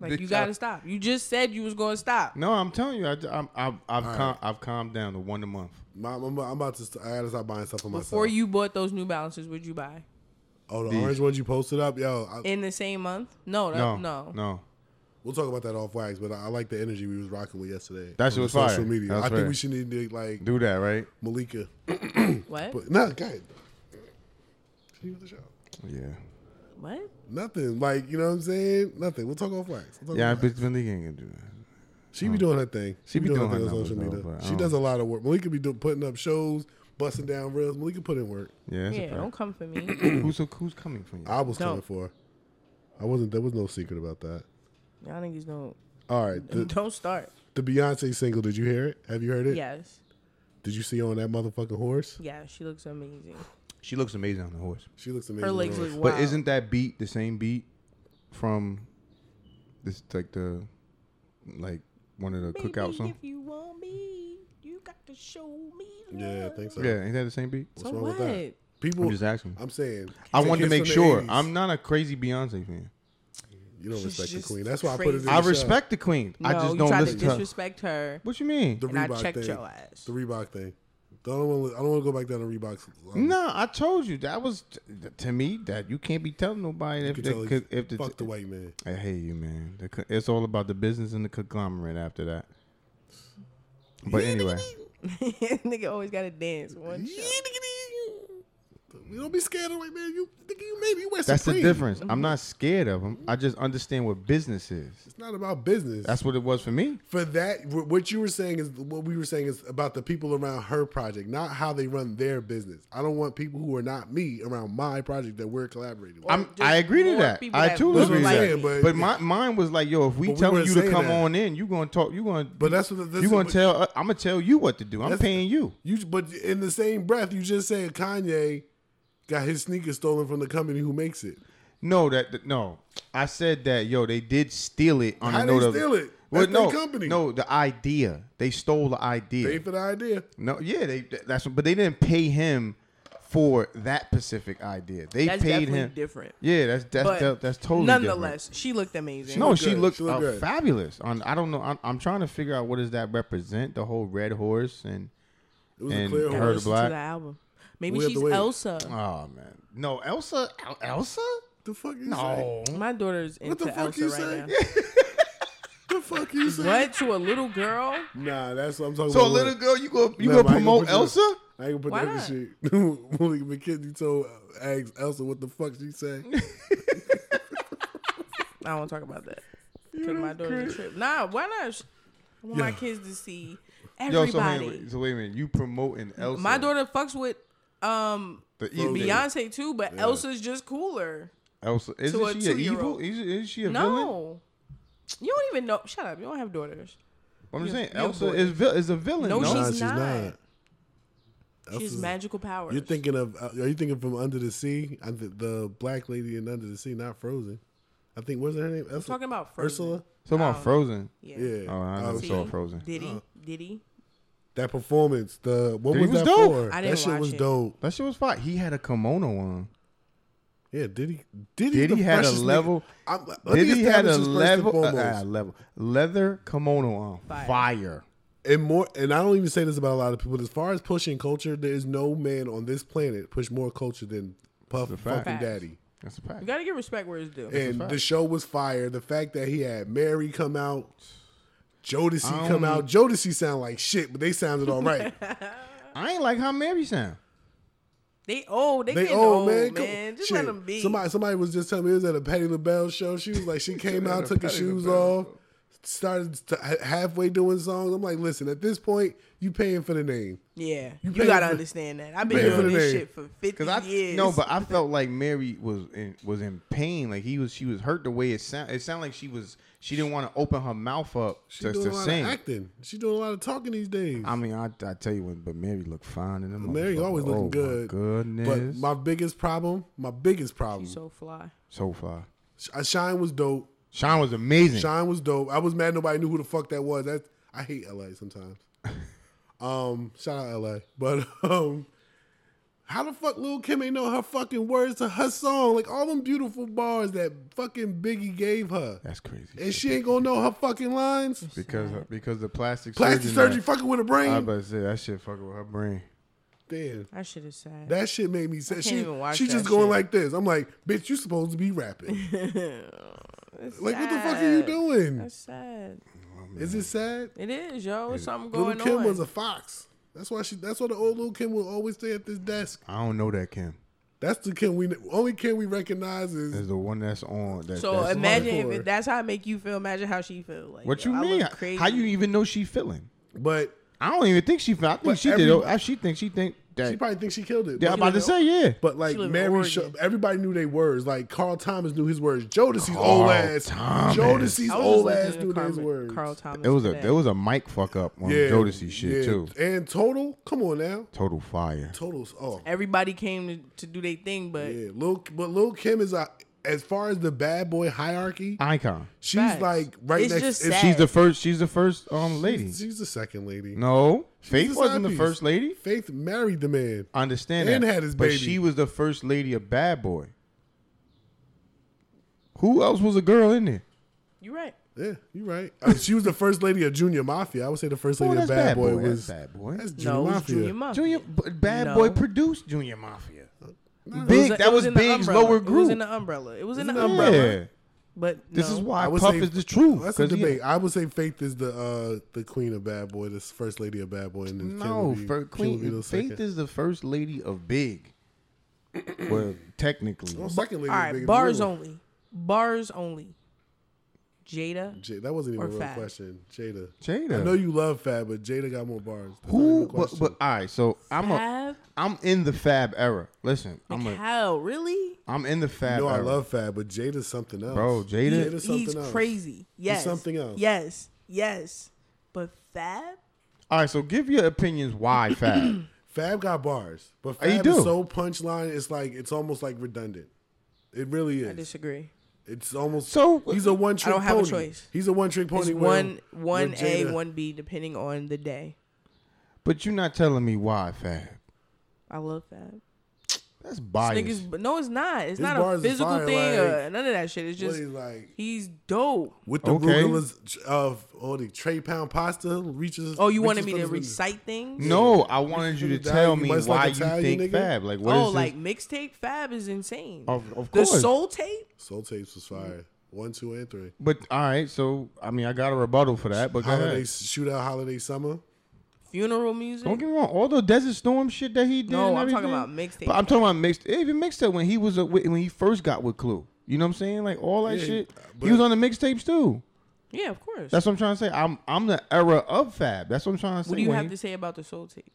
Speaker 3: like
Speaker 2: Big
Speaker 3: you
Speaker 2: shout-
Speaker 3: gotta stop. You just said you was gonna stop.
Speaker 2: No, I'm telling you, I, am I've, I've, cal- I've calmed down to one a month.
Speaker 4: My, I'm, I'm about to. St- I gotta stop buying stuff for myself.
Speaker 3: Before you bought those New Balances, would you buy
Speaker 4: Oh, the
Speaker 2: These.
Speaker 4: orange ones you posted up, yo. I,
Speaker 3: in the same month? Uh, No, that,
Speaker 2: No,
Speaker 3: no,
Speaker 2: no.
Speaker 4: We'll talk about that off wax, but I, I like the energy we was rocking with yesterday.
Speaker 2: That shit
Speaker 4: on
Speaker 2: was
Speaker 4: social
Speaker 2: fire.
Speaker 4: media.
Speaker 2: That was
Speaker 4: I think
Speaker 2: fire.
Speaker 4: we should need to like
Speaker 2: Do that, right?
Speaker 4: Malika.
Speaker 3: What?
Speaker 4: But no, go ahead. She was the show.
Speaker 2: Yeah.
Speaker 3: What?
Speaker 4: Nothing. Like, you know what I'm saying? Nothing. We'll talk off wax. We'll talk
Speaker 2: Yeah,
Speaker 4: off
Speaker 2: but Malika ain't gonna do that.
Speaker 4: She be doing her thing.
Speaker 2: She be doing her
Speaker 4: on
Speaker 2: numbers,
Speaker 4: social media.
Speaker 2: though, but I
Speaker 4: she
Speaker 2: don't-
Speaker 4: does a lot of work. Malika be do, putting up shows, busting down rails. Malika put in work.
Speaker 2: Yeah, that's
Speaker 3: Yeah,
Speaker 2: a
Speaker 3: don't
Speaker 2: fact.
Speaker 3: come for me.
Speaker 2: Who's, who's coming from you?
Speaker 4: I was coming
Speaker 3: Don't.
Speaker 4: for. her. I wasn't. There was no secret about that.
Speaker 3: Y'all niggas don't
Speaker 4: All right. The,
Speaker 3: don't start.
Speaker 4: the Beyonce single. Did you hear it? Have you heard it?
Speaker 3: Yes.
Speaker 4: Did you see her on that motherfucking horse?
Speaker 3: Yeah, she looks amazing.
Speaker 2: She looks amazing on the horse.
Speaker 4: She looks amazing.
Speaker 3: Her legs
Speaker 4: on
Speaker 3: look
Speaker 4: it.
Speaker 3: wild.
Speaker 2: But isn't that beat the same beat from this like the like one of the
Speaker 3: Baby,
Speaker 2: cookout songs?
Speaker 3: If you want me, you got to show me. Love.
Speaker 4: Yeah, I think so.
Speaker 2: Yeah, ain't that the same beat?
Speaker 4: What's
Speaker 3: So
Speaker 4: wrong with
Speaker 3: what?
Speaker 4: that? People.
Speaker 2: I'm just asking.
Speaker 4: I'm saying.
Speaker 2: I
Speaker 4: Kiss
Speaker 2: wanted to
Speaker 4: from
Speaker 2: make
Speaker 4: the
Speaker 2: sure.
Speaker 4: 80s.
Speaker 2: I'm not a crazy Beyonce fan.
Speaker 4: You don't
Speaker 3: She's
Speaker 4: respect the
Speaker 3: just
Speaker 4: queen. That's why I put it. in
Speaker 3: crazy.
Speaker 4: the
Speaker 2: I
Speaker 4: shot.
Speaker 2: respect the queen.
Speaker 3: No,
Speaker 2: I just
Speaker 3: you
Speaker 2: don't
Speaker 3: tried
Speaker 2: listen
Speaker 3: to
Speaker 2: to her.
Speaker 3: disrespect her,
Speaker 2: What you mean?
Speaker 4: the
Speaker 3: and I
Speaker 4: Reebok
Speaker 3: checked
Speaker 4: thing.
Speaker 3: your ass.
Speaker 4: The Reebok thing. Don't wanna, I don't want to go back down to Reebok's. Um,
Speaker 2: No, I told you that was to me that you can't be telling nobody if
Speaker 4: You can
Speaker 2: they,
Speaker 4: tell
Speaker 2: could-
Speaker 4: he's-
Speaker 2: if the,
Speaker 4: fuck the white man.
Speaker 2: I hate you, man. The co- It's all about the business and the conglomerate after that. But anyway,
Speaker 3: Nigga always got to dance. One shot.
Speaker 4: We don't be scared of white man. You nigga, you maybe you wear
Speaker 2: that's the
Speaker 4: Supreme.
Speaker 2: difference.
Speaker 3: Mm-hmm.
Speaker 2: I'm not scared of them. I just understand what business is.
Speaker 4: It's not about business.
Speaker 2: That's what it was for me.
Speaker 4: for that. wh- What you were saying is what we were saying is about the people around her project, not how they run their business. I don't want people who are not me around my project that we're collaborating with.
Speaker 2: I'm,
Speaker 3: just
Speaker 2: I agree to
Speaker 3: more
Speaker 2: that.
Speaker 3: people
Speaker 2: I
Speaker 3: that
Speaker 2: too
Speaker 3: look
Speaker 2: agree to
Speaker 4: like
Speaker 2: that.
Speaker 4: me.
Speaker 2: but
Speaker 4: But-
Speaker 2: my mine was like, yo, if we
Speaker 4: But we
Speaker 2: tell
Speaker 4: weren't
Speaker 2: you to
Speaker 4: saying
Speaker 2: come
Speaker 4: that.
Speaker 2: on in, you gonna talk. You gonna.
Speaker 4: But that's what the-
Speaker 2: you gonna
Speaker 4: but-
Speaker 2: tell. I'm gonna tell you what to do. I'm
Speaker 4: That's-
Speaker 2: paying you.
Speaker 4: You but in the same breath, you just said Kanye got his sneakers stolen from the company who makes it.
Speaker 2: No, that that- no. I said that yo, they did steal it on
Speaker 4: How
Speaker 2: a
Speaker 4: they
Speaker 2: note of
Speaker 4: steal it?
Speaker 2: Well,
Speaker 4: That's their
Speaker 2: no,
Speaker 4: company.
Speaker 2: no, the idea. They stole the idea.
Speaker 4: Pay for the idea.
Speaker 2: no, yeah, they that's but they didn't pay him for that specific idea. They
Speaker 3: That's
Speaker 2: paid
Speaker 3: definitely
Speaker 2: him.
Speaker 3: different.
Speaker 2: Yeah, that's that's
Speaker 3: But
Speaker 2: that's totally
Speaker 3: Nonetheless, she looked amazing.
Speaker 2: Different. No,
Speaker 4: looked
Speaker 2: she
Speaker 4: good.
Speaker 2: looked,
Speaker 4: She looked
Speaker 2: uh,
Speaker 4: good.
Speaker 2: fabulous. On I don't know. I'm, I'm trying to figure out what does that represent. The whole red horse and
Speaker 4: It was
Speaker 2: And
Speaker 4: a clear
Speaker 2: her-
Speaker 4: horse.
Speaker 2: Heard
Speaker 3: Listen
Speaker 2: of Black?
Speaker 3: to the album. Maybe
Speaker 4: We have to
Speaker 3: she's
Speaker 4: wait.
Speaker 3: Elsa.
Speaker 2: oh man, no Elsa, El- Elsa, Oh.
Speaker 4: The fuck you
Speaker 2: no.
Speaker 3: My daughter's into
Speaker 4: What the fuck
Speaker 3: Elsa
Speaker 4: you
Speaker 3: right
Speaker 4: say?
Speaker 3: now.
Speaker 4: say? The fuck you say?
Speaker 3: What to a little girl?
Speaker 4: Nah, that's what I'm talking
Speaker 2: So
Speaker 4: about.
Speaker 2: little girl, you go you
Speaker 4: Nah,
Speaker 2: go
Speaker 4: but I ain't
Speaker 2: promote
Speaker 4: gonna put you-
Speaker 2: Elsa?
Speaker 4: I ain't gonna put
Speaker 3: Why
Speaker 4: that in the shit. Malika McKenzie told uh, asked Elsa what the fuck she say.
Speaker 3: I don't talk about that. Took my daughter to trip. Nah, why not? Sh- I want my
Speaker 4: Yeah.
Speaker 3: kids to see
Speaker 2: Yo, so
Speaker 3: everybody.
Speaker 2: wait, so wait a minute, you promoting Elsa?
Speaker 3: my daughter fucks with um
Speaker 2: the evil
Speaker 3: Beyonce too, but Elsa's just cooler.
Speaker 2: Elsa,
Speaker 3: to a
Speaker 2: isn't she a evil?
Speaker 3: two-year-old.
Speaker 2: Is, is she a villain?
Speaker 3: No. You don't even know. Shut up. You don't have daughters.
Speaker 2: I'm just
Speaker 3: You-
Speaker 2: saying
Speaker 3: you
Speaker 2: Elsa
Speaker 3: boy.
Speaker 2: is vil- is a villain. No,
Speaker 3: No, she's-
Speaker 4: she's
Speaker 3: not.
Speaker 4: not.
Speaker 3: She has
Speaker 4: Elsa's-
Speaker 3: magical powers.
Speaker 4: You're thinking of? uh, Are you thinking from Under the Sea? I th- the black lady in Under the Sea, not Frozen. I think what's her name? Elsa?
Speaker 3: talking about Frozen.
Speaker 4: Ursula.
Speaker 2: so about Frozen.
Speaker 3: Yeah.
Speaker 4: Yeah.
Speaker 2: Oh, I never
Speaker 4: Um,
Speaker 2: saw Frozen.
Speaker 3: Diddy. Diddy.
Speaker 4: That performance, the what
Speaker 2: Dude,
Speaker 4: was,
Speaker 2: it was
Speaker 4: that
Speaker 2: dope.
Speaker 4: for?
Speaker 3: I
Speaker 4: that
Speaker 3: didn't
Speaker 4: shit
Speaker 3: watch
Speaker 4: was
Speaker 3: it.
Speaker 4: dope.
Speaker 2: That shit was fire. He had a kimono on.
Speaker 4: Yeah, Diddy. Diddy,
Speaker 2: Diddy
Speaker 4: the
Speaker 2: had a
Speaker 4: freshest nigga.
Speaker 2: level-
Speaker 4: I'm, let me
Speaker 2: Did he had
Speaker 4: establish
Speaker 2: a
Speaker 4: this first and
Speaker 2: level, uh,
Speaker 4: foremost.
Speaker 2: uh, level leather kimono on fire.
Speaker 3: Fire.
Speaker 4: and more and I don't even say this about a lot of people. but As far as pushing culture, there is no man on this planet push more culture than Puff
Speaker 2: fact.
Speaker 4: fucking
Speaker 3: Facts.
Speaker 4: Daddy.
Speaker 2: That's a fact.
Speaker 3: You gotta give respect where it's due.
Speaker 4: And the show was fire. The fact that he had Mary come out, Jodeci come
Speaker 3: e-
Speaker 4: out. Jodeci sound like shit, but they sounded all right.
Speaker 2: I ain't like how Mary sound.
Speaker 3: They old. They,
Speaker 4: they
Speaker 3: getting
Speaker 4: old
Speaker 3: old, man.
Speaker 4: man. Come-
Speaker 3: Just
Speaker 4: shit.
Speaker 3: let them be.
Speaker 4: Somebody, somebody was just telling me it was at a Patty LaBelle show. She was like, she came out, took her shoes off, started to, ha- halfway doing songs. I'm like, listen, at this point, you paying for the name.
Speaker 3: yeah. You,
Speaker 4: paying
Speaker 3: gotta
Speaker 4: for-
Speaker 3: understand that. I've been
Speaker 4: paying for
Speaker 3: doing
Speaker 4: the
Speaker 3: this
Speaker 4: name.
Speaker 3: shit for 50
Speaker 2: Cause I
Speaker 3: years.
Speaker 2: no, but I felt like Mary was in, was in pain. Like he was, she was hurt the way it sound. It sounded like she was, she didn't want to open her mouth up
Speaker 4: She
Speaker 2: to,
Speaker 4: doing
Speaker 2: to
Speaker 4: a lot
Speaker 2: sing.
Speaker 4: of acting. She doing a lot of talking these days.
Speaker 2: I mean, I, I tell you what, but Mary looked fine in them. Oh,
Speaker 4: Mary always
Speaker 3: Oh,
Speaker 4: looking good.
Speaker 2: goodness,
Speaker 4: But my biggest problem, my biggest problem,
Speaker 3: so fly.
Speaker 2: so far,
Speaker 4: Sh- uh, Shine was dope.
Speaker 2: Sean was amazing.
Speaker 4: Shine was dope. I was mad nobody knew who the fuck that was. That's I hate LA sometimes. um, shout out LA. But um how the fuck Lil Kim ain't know her fucking words to her song? Like all them beautiful bars that fucking Biggie gave her.
Speaker 2: That's crazy.
Speaker 4: And she ain't gonna know her fucking lines.
Speaker 2: Because because the plastic
Speaker 4: Plastic
Speaker 2: surgeon
Speaker 4: surgery
Speaker 2: that-
Speaker 4: fucking with a
Speaker 2: I was
Speaker 4: brain.
Speaker 2: about to say that shit fucking with her brain.
Speaker 4: Damn.
Speaker 3: That shit is sad.
Speaker 4: That shit made me sad.
Speaker 3: can't
Speaker 4: She,
Speaker 3: even watch
Speaker 4: she
Speaker 3: that
Speaker 4: just going
Speaker 3: shit.
Speaker 4: like this. I'm like, bitch, you supposed to be rapping.
Speaker 3: It's
Speaker 4: Like, what the fuck are you
Speaker 3: sad.
Speaker 4: doing?
Speaker 3: That's sad.
Speaker 4: Is it sad?
Speaker 3: It is, yo. It's something
Speaker 4: Little
Speaker 3: going
Speaker 4: Kim
Speaker 3: on.
Speaker 4: was a fox. That's why she. That's why the old little Kim will always stay at this desk.
Speaker 2: I don't know that Kim.
Speaker 4: That's the Kim we only Kim we recognize is
Speaker 2: Is the one that's on. That,
Speaker 3: so
Speaker 2: that's
Speaker 3: imagine if
Speaker 4: hardcore.
Speaker 3: it, that's how it make you feel. Imagine how she feel. Like,
Speaker 2: what
Speaker 3: yo,
Speaker 2: you
Speaker 3: I
Speaker 2: mean?
Speaker 3: look Crazy.
Speaker 2: How you even know she feeling?
Speaker 4: but
Speaker 2: I don't even think she feel. I think
Speaker 4: But
Speaker 2: she
Speaker 4: every-
Speaker 2: did. I, she think she think that.
Speaker 4: she probably thinks she killed it.
Speaker 2: yeah,
Speaker 4: But-
Speaker 2: I'm about to
Speaker 3: live in-
Speaker 2: say yeah.
Speaker 4: But like
Speaker 3: live in
Speaker 4: Mary,
Speaker 3: Oregon.
Speaker 4: Sho- everybody knew their words. Like Carl Thomas knew his words. Jodeci's
Speaker 2: Carl
Speaker 4: old ass.
Speaker 2: Thomas.
Speaker 4: Jodeci's
Speaker 3: I was just
Speaker 4: old
Speaker 3: listening
Speaker 4: ass
Speaker 3: to
Speaker 4: knew
Speaker 3: Carmen-
Speaker 4: his words.
Speaker 3: Carl Thomas.
Speaker 2: it was a
Speaker 3: today.
Speaker 2: there was a mic fuck up on Jodeci shit
Speaker 4: yeah.
Speaker 2: too.
Speaker 4: And total, come on now,
Speaker 2: Total fire.
Speaker 4: totals. Oh,
Speaker 3: Everybody came to, to do their thing, but
Speaker 4: yeah. Lil, but Lil Kim is a, as far as the bad boy hierarchy,
Speaker 2: Icon.
Speaker 4: she's
Speaker 3: Facts.
Speaker 4: like right
Speaker 3: It's
Speaker 4: next.
Speaker 3: just
Speaker 4: it's-
Speaker 3: sad.
Speaker 2: She's the first. She's the first um lady.
Speaker 4: She's, the second lady.
Speaker 2: No, Faith
Speaker 4: a
Speaker 2: wasn't the
Speaker 4: timepiece.
Speaker 2: first lady.
Speaker 4: Faith married the man.
Speaker 2: I understand
Speaker 4: And
Speaker 2: that.
Speaker 4: had his
Speaker 2: but
Speaker 4: baby.
Speaker 2: she was the first lady of Bad Boy. Who else was a girl in there?
Speaker 3: you right.
Speaker 4: Yeah, you're right. Uh, she was the first lady of Junior Mafia. I would say the first
Speaker 2: Oh,
Speaker 4: lady of
Speaker 2: that's
Speaker 4: Bad, Boy was
Speaker 2: That's Bad Boy.
Speaker 4: that's Junior
Speaker 3: No, it was
Speaker 4: Mafia.
Speaker 3: Junior Mafia.
Speaker 2: Junior B- Bad
Speaker 3: Oh, No.
Speaker 2: Boy produced Junior Mafia.
Speaker 3: It
Speaker 2: Big.
Speaker 3: in-
Speaker 2: that
Speaker 3: it
Speaker 2: was,
Speaker 3: in the
Speaker 2: Big's
Speaker 3: umbrella.
Speaker 2: lower
Speaker 3: It
Speaker 2: group.
Speaker 3: was in the umbrella. It was in the
Speaker 4: in the
Speaker 3: umbrella.
Speaker 2: yeah.
Speaker 3: But
Speaker 2: This is
Speaker 3: no.
Speaker 2: why
Speaker 4: I would
Speaker 2: Puff
Speaker 4: say-
Speaker 2: is the truth.
Speaker 4: That's a
Speaker 2: 'cause he-
Speaker 4: debate. I would say Faith is the uh, the queen of Bad Boy, the first lady of Bad Boy, and then Kim
Speaker 2: No,
Speaker 4: would be-
Speaker 2: for
Speaker 4: Kim would be
Speaker 2: Queen
Speaker 4: the
Speaker 2: Faith
Speaker 4: second.
Speaker 2: is the first lady of Big. well, technically,
Speaker 4: Well, second lady.
Speaker 3: All
Speaker 4: is big
Speaker 3: right,
Speaker 4: in the
Speaker 3: bars
Speaker 4: middle.
Speaker 3: only. Bars only. Jada.
Speaker 4: J- that wasn't even
Speaker 3: or
Speaker 4: a real
Speaker 3: Fab?
Speaker 4: question. Jada.
Speaker 2: Jada.
Speaker 4: I know you love Fab, but Jada got more bars. That's not even a
Speaker 2: who? But,
Speaker 4: question.
Speaker 2: but all right, so I'm a,
Speaker 3: Fab.
Speaker 2: I'm in the Fab era. Listen, I'm
Speaker 3: Like,
Speaker 2: a,
Speaker 3: how? Really?
Speaker 2: I'm in the Fab.
Speaker 4: you know I
Speaker 2: era.
Speaker 4: love Fab, but Jada's something else.
Speaker 2: uh, bro. Jada,
Speaker 4: Jada's something
Speaker 3: He's
Speaker 4: else.
Speaker 3: crazy. Yes.
Speaker 4: something else.
Speaker 3: Yes. Yes. But Fab?
Speaker 2: All right, so give your opinions why Fab.
Speaker 4: Fab got bars, but
Speaker 2: He
Speaker 4: Fab
Speaker 2: do.
Speaker 4: is so punchline. It's like it's almost like redundant. It really
Speaker 3: I
Speaker 4: is.
Speaker 3: disagree.
Speaker 4: It's almost
Speaker 2: So-
Speaker 4: he's a one trick.
Speaker 3: I don't have a
Speaker 4: pony.
Speaker 3: choice.
Speaker 4: He's a one trick pony.
Speaker 3: It's
Speaker 4: with-
Speaker 3: one one
Speaker 4: with
Speaker 3: A,
Speaker 4: Jada.
Speaker 3: one B, depending on the day.
Speaker 2: but you're not telling me why Fab.
Speaker 3: I love Fab.
Speaker 2: That's
Speaker 3: This
Speaker 2: biased.
Speaker 3: Niggas, but no, it's not. It's
Speaker 4: His
Speaker 3: not
Speaker 4: bars
Speaker 3: a
Speaker 4: is
Speaker 3: physical
Speaker 4: fire,
Speaker 3: thing or
Speaker 4: like-
Speaker 3: none of that shit. It's
Speaker 4: What
Speaker 3: just
Speaker 4: he's like
Speaker 3: he's dope.
Speaker 4: with the
Speaker 2: Okay.
Speaker 4: rulers of all the Trey Pound pasta reaches.
Speaker 3: Oh, you wanted
Speaker 4: reaches
Speaker 3: me
Speaker 4: for
Speaker 3: to
Speaker 4: the-
Speaker 3: recite things?
Speaker 2: no, I wanted you to
Speaker 4: Niggas die,
Speaker 2: tell
Speaker 4: you
Speaker 2: me
Speaker 4: must
Speaker 2: why
Speaker 4: like
Speaker 2: you
Speaker 4: Italian,
Speaker 2: think
Speaker 4: nigga.
Speaker 2: Fab. Like what is
Speaker 3: Oh,
Speaker 2: this?
Speaker 3: like mixtape Fab is insane.
Speaker 2: Of- of
Speaker 3: the
Speaker 2: course.
Speaker 3: soul tape.
Speaker 4: Soul tapes was fire.
Speaker 3: Mm-hmm.
Speaker 4: One, two, and three.
Speaker 2: But all right, so I mean, I got a rebuttal for that. But go
Speaker 4: Holiday
Speaker 2: ahead.
Speaker 4: shootout, holiday summer.
Speaker 3: funeral music.
Speaker 2: Don't get me wrong. All the Desert Storm shit that he did.
Speaker 3: No,
Speaker 2: and
Speaker 3: I'm talking
Speaker 2: everything,
Speaker 3: about mixtape.
Speaker 2: But I'm talking about mixed. Even mixtape when he was a, when he first got with Clue. You know what I'm saying? Like all that
Speaker 4: Yeah,
Speaker 2: shit.
Speaker 4: but-
Speaker 2: He was on the mixtapes too.
Speaker 3: yeah, of course.
Speaker 2: That's what I'm trying to say. I'm I'm the era of Fab. That's what I'm trying to say.
Speaker 3: what do you
Speaker 2: when
Speaker 3: have
Speaker 2: he-
Speaker 3: to say about the soul tape?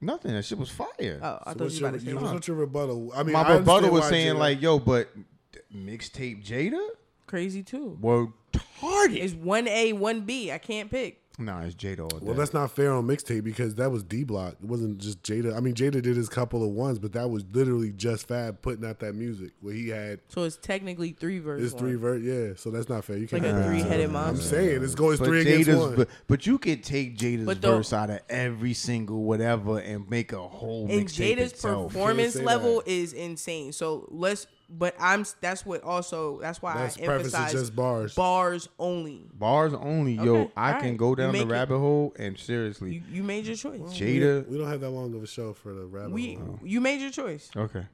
Speaker 2: Nothing. That shit was fire.
Speaker 3: Oh, I thought
Speaker 4: So what's
Speaker 3: you were
Speaker 4: your-
Speaker 3: about to say.
Speaker 4: you-
Speaker 3: something.
Speaker 4: what's your rebuttal? I mean,
Speaker 2: My
Speaker 4: I
Speaker 2: rebuttal
Speaker 4: understand
Speaker 2: was
Speaker 4: why
Speaker 2: saying
Speaker 4: Jada-
Speaker 2: like, yo, but th- mixtape Jada
Speaker 3: Crazy too.
Speaker 2: were
Speaker 3: It's
Speaker 2: target.
Speaker 3: one A, one B. I can't pick.
Speaker 2: Nah, it's Jada all day.
Speaker 4: Well, that's not fair on mixtape because that was D Block. It wasn't just Jada. I mean, Jada did his couple of ones, but that was literally just Fab putting out that music where he had
Speaker 3: So it's technically three verses.
Speaker 4: his three verse. Yeah, so that's not fair. You
Speaker 3: like
Speaker 4: can't.
Speaker 3: a three-headed
Speaker 4: I'm
Speaker 3: monster.
Speaker 4: saying it's going
Speaker 2: But
Speaker 4: three against
Speaker 2: Jada's,
Speaker 4: one.
Speaker 2: but, but you could take Jada's
Speaker 3: But the-
Speaker 2: verse out of every single whatever and make a whole
Speaker 3: And
Speaker 2: mixtape
Speaker 3: Jada's
Speaker 2: itself.
Speaker 3: performance
Speaker 4: say
Speaker 3: level
Speaker 4: that.
Speaker 3: is insane. So let's. But I'm. That's what also. That's why
Speaker 4: That's
Speaker 3: I
Speaker 4: preface is
Speaker 3: emphasize
Speaker 4: just bars.
Speaker 3: Bars only.
Speaker 2: Bars only, yo.
Speaker 3: Okay,
Speaker 2: I
Speaker 3: all
Speaker 2: can
Speaker 3: right.
Speaker 2: go
Speaker 3: You
Speaker 2: down the
Speaker 3: make it.
Speaker 2: rabbit hole and seriously,
Speaker 3: You, you made your choice.
Speaker 2: Jada.
Speaker 4: we don't have that long of a show for the rabbit
Speaker 3: We.
Speaker 4: hole.
Speaker 3: You made your choice.
Speaker 2: Okay.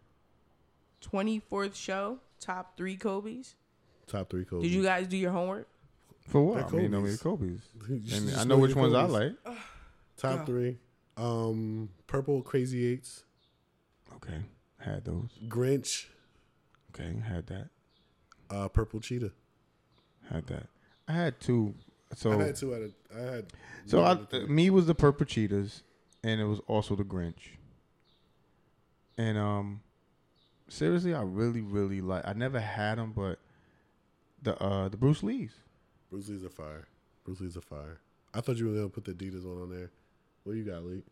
Speaker 3: Twenty fourth show. Top three Kobe's.
Speaker 4: top three. Kobe.
Speaker 3: Did you guys do your homework?
Speaker 2: For what? I
Speaker 4: They're
Speaker 2: mean, I mean,
Speaker 4: Kobe's.
Speaker 2: Kobe's.
Speaker 4: You
Speaker 2: I, mean,
Speaker 4: just
Speaker 2: I know
Speaker 4: know
Speaker 2: which
Speaker 4: your
Speaker 2: ones I like.
Speaker 4: Kobe's. top three? Um, Purple Crazy Eights,
Speaker 3: Oh.
Speaker 2: Okay, had those.
Speaker 4: Grinch,
Speaker 2: Okay, had that.
Speaker 4: uh, Purple Cheetah.
Speaker 2: Had that. I had two. So
Speaker 4: I had two out of. I had.
Speaker 2: So I,
Speaker 4: one out of three.
Speaker 2: me was the Purple Cheetahs, and it was also the Grinch. And um, seriously, I really, really like. I never had them, but the uh the Bruce Lee's.
Speaker 4: Bruce Lee's a fire. Bruce Lee's a fire. I thought you were gonna put the Adidas one on there. What you got, Lee?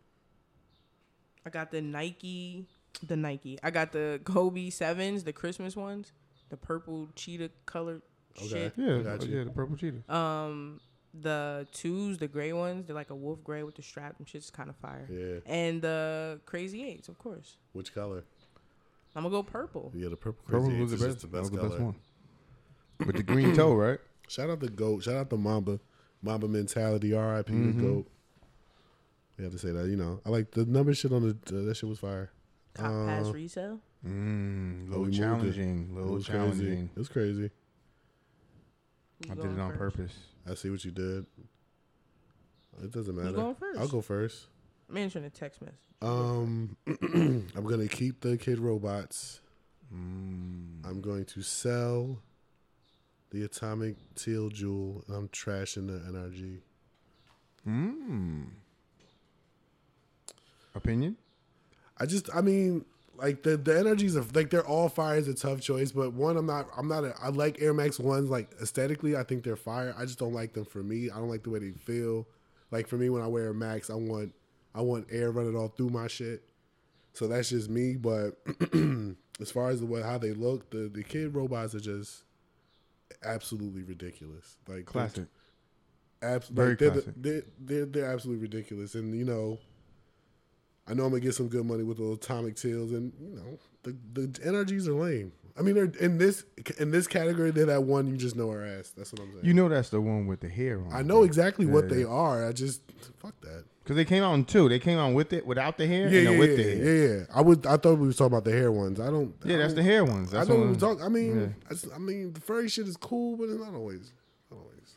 Speaker 3: I got the Nike, the Nike. I got the Kobe sevens, the Christmas ones, the purple cheetah colored
Speaker 4: Okay.
Speaker 3: shit.
Speaker 2: Yeah,
Speaker 4: I got you.
Speaker 2: yeah, the Purple Cheetah.
Speaker 3: Um, the twos, the gray ones. They're like a wolf gray with the strap and shit's kind of fire.
Speaker 4: Yeah.
Speaker 3: And the crazy eights, of course.
Speaker 4: Which color?
Speaker 3: I'm gonna go purple.
Speaker 4: Yeah, the purple crazy.
Speaker 2: Purple was
Speaker 4: Eights
Speaker 2: the
Speaker 4: is
Speaker 2: best.
Speaker 4: just the
Speaker 2: that was
Speaker 4: best
Speaker 2: the
Speaker 4: color.
Speaker 2: best one. With the green toe, right?
Speaker 4: Shout out the goat. Shout out the Mamba. Mamba mentality. R.I.P.
Speaker 2: Mm-hmm.
Speaker 4: The goat. We have to say that. You know, I like the number shit on the. Uh, that shit was fire.
Speaker 3: Cop
Speaker 4: Uh,
Speaker 3: pass resale.
Speaker 2: Mm,
Speaker 4: we
Speaker 2: little
Speaker 4: moved it.
Speaker 2: challenging, little
Speaker 4: it was crazy.
Speaker 2: challenging.
Speaker 4: It was crazy.
Speaker 2: I did it on purpose.
Speaker 4: I see what you did. It doesn't matter.
Speaker 3: going first?
Speaker 4: I'll go first.
Speaker 3: Mention a text message.
Speaker 4: Um, I'm gonna keep the kid robots.
Speaker 2: Mm.
Speaker 4: I'm going to sell the atomic teal jewel. I'm trashing the NRG.
Speaker 2: Mm. Opinion?
Speaker 4: I just, I mean, like the the energies of like they're all fire is a tough choice, but one I'm not, I'm not, a, I like Air Max ones like aesthetically. I think they're fire. I just don't like them for me. I don't like the way they feel. Like for me, when I wear a Max, I want, I want air running all through my shit. So that's just me. But as far as the way how they look, the the kid robots are just absolutely ridiculous. Like
Speaker 2: Classic.
Speaker 4: Abs-
Speaker 2: Very
Speaker 4: like, they're, the,
Speaker 2: classic.
Speaker 4: they're, they're, they're absolutely ridiculous. And, you know, I know I'm going to get some good money with the Atomic Tails. And, you know, the, the NRGs are lame. I mean, they're in this in this category, they're that one you just know are ass. That's what I'm saying.
Speaker 2: You know that's the one with the hair on.
Speaker 4: I know
Speaker 2: it.
Speaker 4: exactly what
Speaker 2: Yeah,
Speaker 4: they
Speaker 2: yeah.
Speaker 4: are. I just, fuck that.
Speaker 2: Cause they came out in two. They came out with it, without the hair,
Speaker 4: Yeah,
Speaker 2: and
Speaker 4: yeah,
Speaker 2: then with
Speaker 4: yeah,
Speaker 2: the hair.
Speaker 4: yeah, yeah. I would. I thought we was talking about the hair ones. I don't.
Speaker 2: Yeah,
Speaker 4: I
Speaker 2: that's the
Speaker 4: don't-
Speaker 2: hair ones.
Speaker 4: I
Speaker 2: That's
Speaker 4: know
Speaker 2: what
Speaker 4: we
Speaker 2: I'm-
Speaker 4: talk. I mean,
Speaker 2: yeah.
Speaker 4: I, just- I mean, the furry shit is cool, but it's not always. Not always.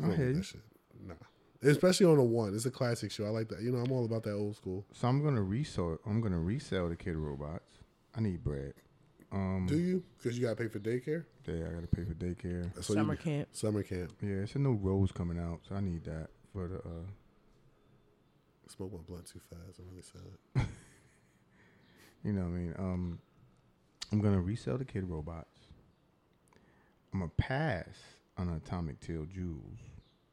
Speaker 4: I don't
Speaker 2: I hear
Speaker 4: like
Speaker 2: you.
Speaker 4: that shit. Nah, especially on a one. It's a classic show. I like that. You know, I'm all about that old school.
Speaker 2: So I'm gonna resell. I'm gonna resell the kid robots. I need bread. Um,
Speaker 4: Do you? Because you gotta pay for daycare.
Speaker 2: yeah, I gotta pay for daycare.
Speaker 4: That's what you
Speaker 3: Summer
Speaker 4: do.
Speaker 3: camp.
Speaker 4: Summer camp.
Speaker 2: Yeah, it's a new rose coming out, so I need that for the. Uh,
Speaker 4: Smoke my blunt too fast. I'm really sad.
Speaker 2: you know what I mean? Um, I'm gonna resell the kid robots. I'm gonna pass on atomic tail jewels,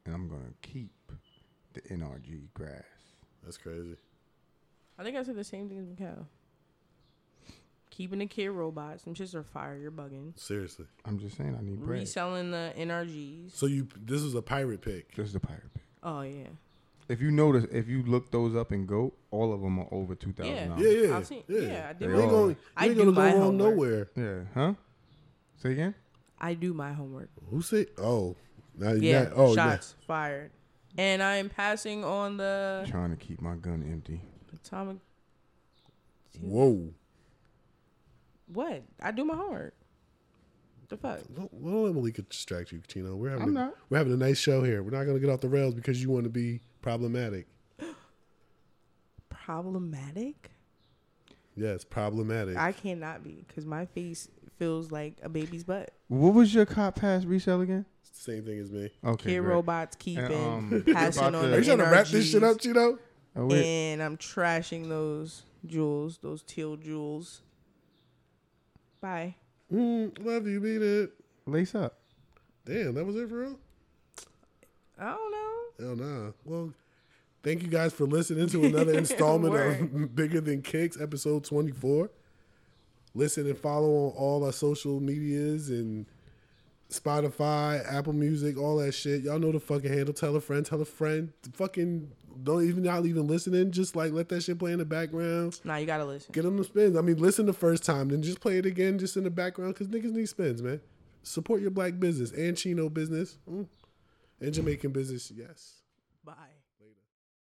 Speaker 2: and I'm gonna keep the NRG grass.
Speaker 4: That's crazy.
Speaker 3: I think I said the same thing as Mikhail. Keeping the kid robots. Them shits are fire. You're bugging.
Speaker 4: Seriously.
Speaker 2: I'm just saying, I need bread.
Speaker 3: Reselling the NRGs.
Speaker 4: So you. This was a pirate pick.
Speaker 2: Just the pirate. Bay.
Speaker 3: Oh yeah.
Speaker 2: If you notice, if you look those up and go, all of them are over two thousand
Speaker 3: Yeah.
Speaker 2: dollars.
Speaker 4: Yeah, yeah,
Speaker 3: I've seen-
Speaker 4: yeah.
Speaker 3: yeah, I did
Speaker 4: You
Speaker 2: my
Speaker 4: ain't gonna, you
Speaker 3: homework. I
Speaker 4: ain't
Speaker 3: do
Speaker 4: gonna
Speaker 3: my
Speaker 4: go wrong
Speaker 3: homework.
Speaker 4: nowhere.
Speaker 2: Yeah, huh? Say again.
Speaker 3: I do my homework.
Speaker 4: Who say? Oh, now you
Speaker 3: Yeah.
Speaker 4: got. Oh, yeah.
Speaker 3: Shots fired. And I am passing on the
Speaker 2: Trying to keep my gun empty.
Speaker 3: atomic.
Speaker 4: Whoa.
Speaker 3: What? I do my homework. The fuck?
Speaker 4: Well, don't let Malika distract you, Tino. We're having
Speaker 2: I'm
Speaker 4: a,
Speaker 2: not.
Speaker 4: we're having a nice show here. We're not going to get off the rails because you want to be problematic.
Speaker 3: Problematic?
Speaker 4: Yes, problematic.
Speaker 3: I cannot be because my face feels like a baby's butt.
Speaker 2: What was your cop pass resell again?
Speaker 4: Same thing as me.
Speaker 2: Okay, great.
Speaker 3: Kid robots keeping,
Speaker 2: um,
Speaker 3: passing on
Speaker 2: about
Speaker 3: the
Speaker 2: the-
Speaker 4: Are you trying to wrap this shit up,
Speaker 3: NRGs,
Speaker 4: Tino?
Speaker 2: Oh, wait.
Speaker 3: And I'm trashing those jewels, those teal jewels. Bye.
Speaker 4: Mm, love you, beat it.
Speaker 2: lace up.
Speaker 4: Damn, that was it for real?
Speaker 3: I don't know.
Speaker 4: Hell nah. Well, thank you guys for listening to another installment of
Speaker 3: Word.
Speaker 4: Bigger Than Kicks, episode 24. Listen and follow on all our social medias and Spotify, Apple Music, all that shit. Y'all know the fucking handle. Tell a friend, tell a friend. Fucking don't even y'all even listening. Just like let that shit play in the background.
Speaker 3: Nah, you gotta listen.
Speaker 4: Get them the spins. I mean, listen the first time, then just play it again, just in the background, because niggas need spins, man. Support your black business and Chino business mm. and Jamaican business. Yes.
Speaker 3: Bye.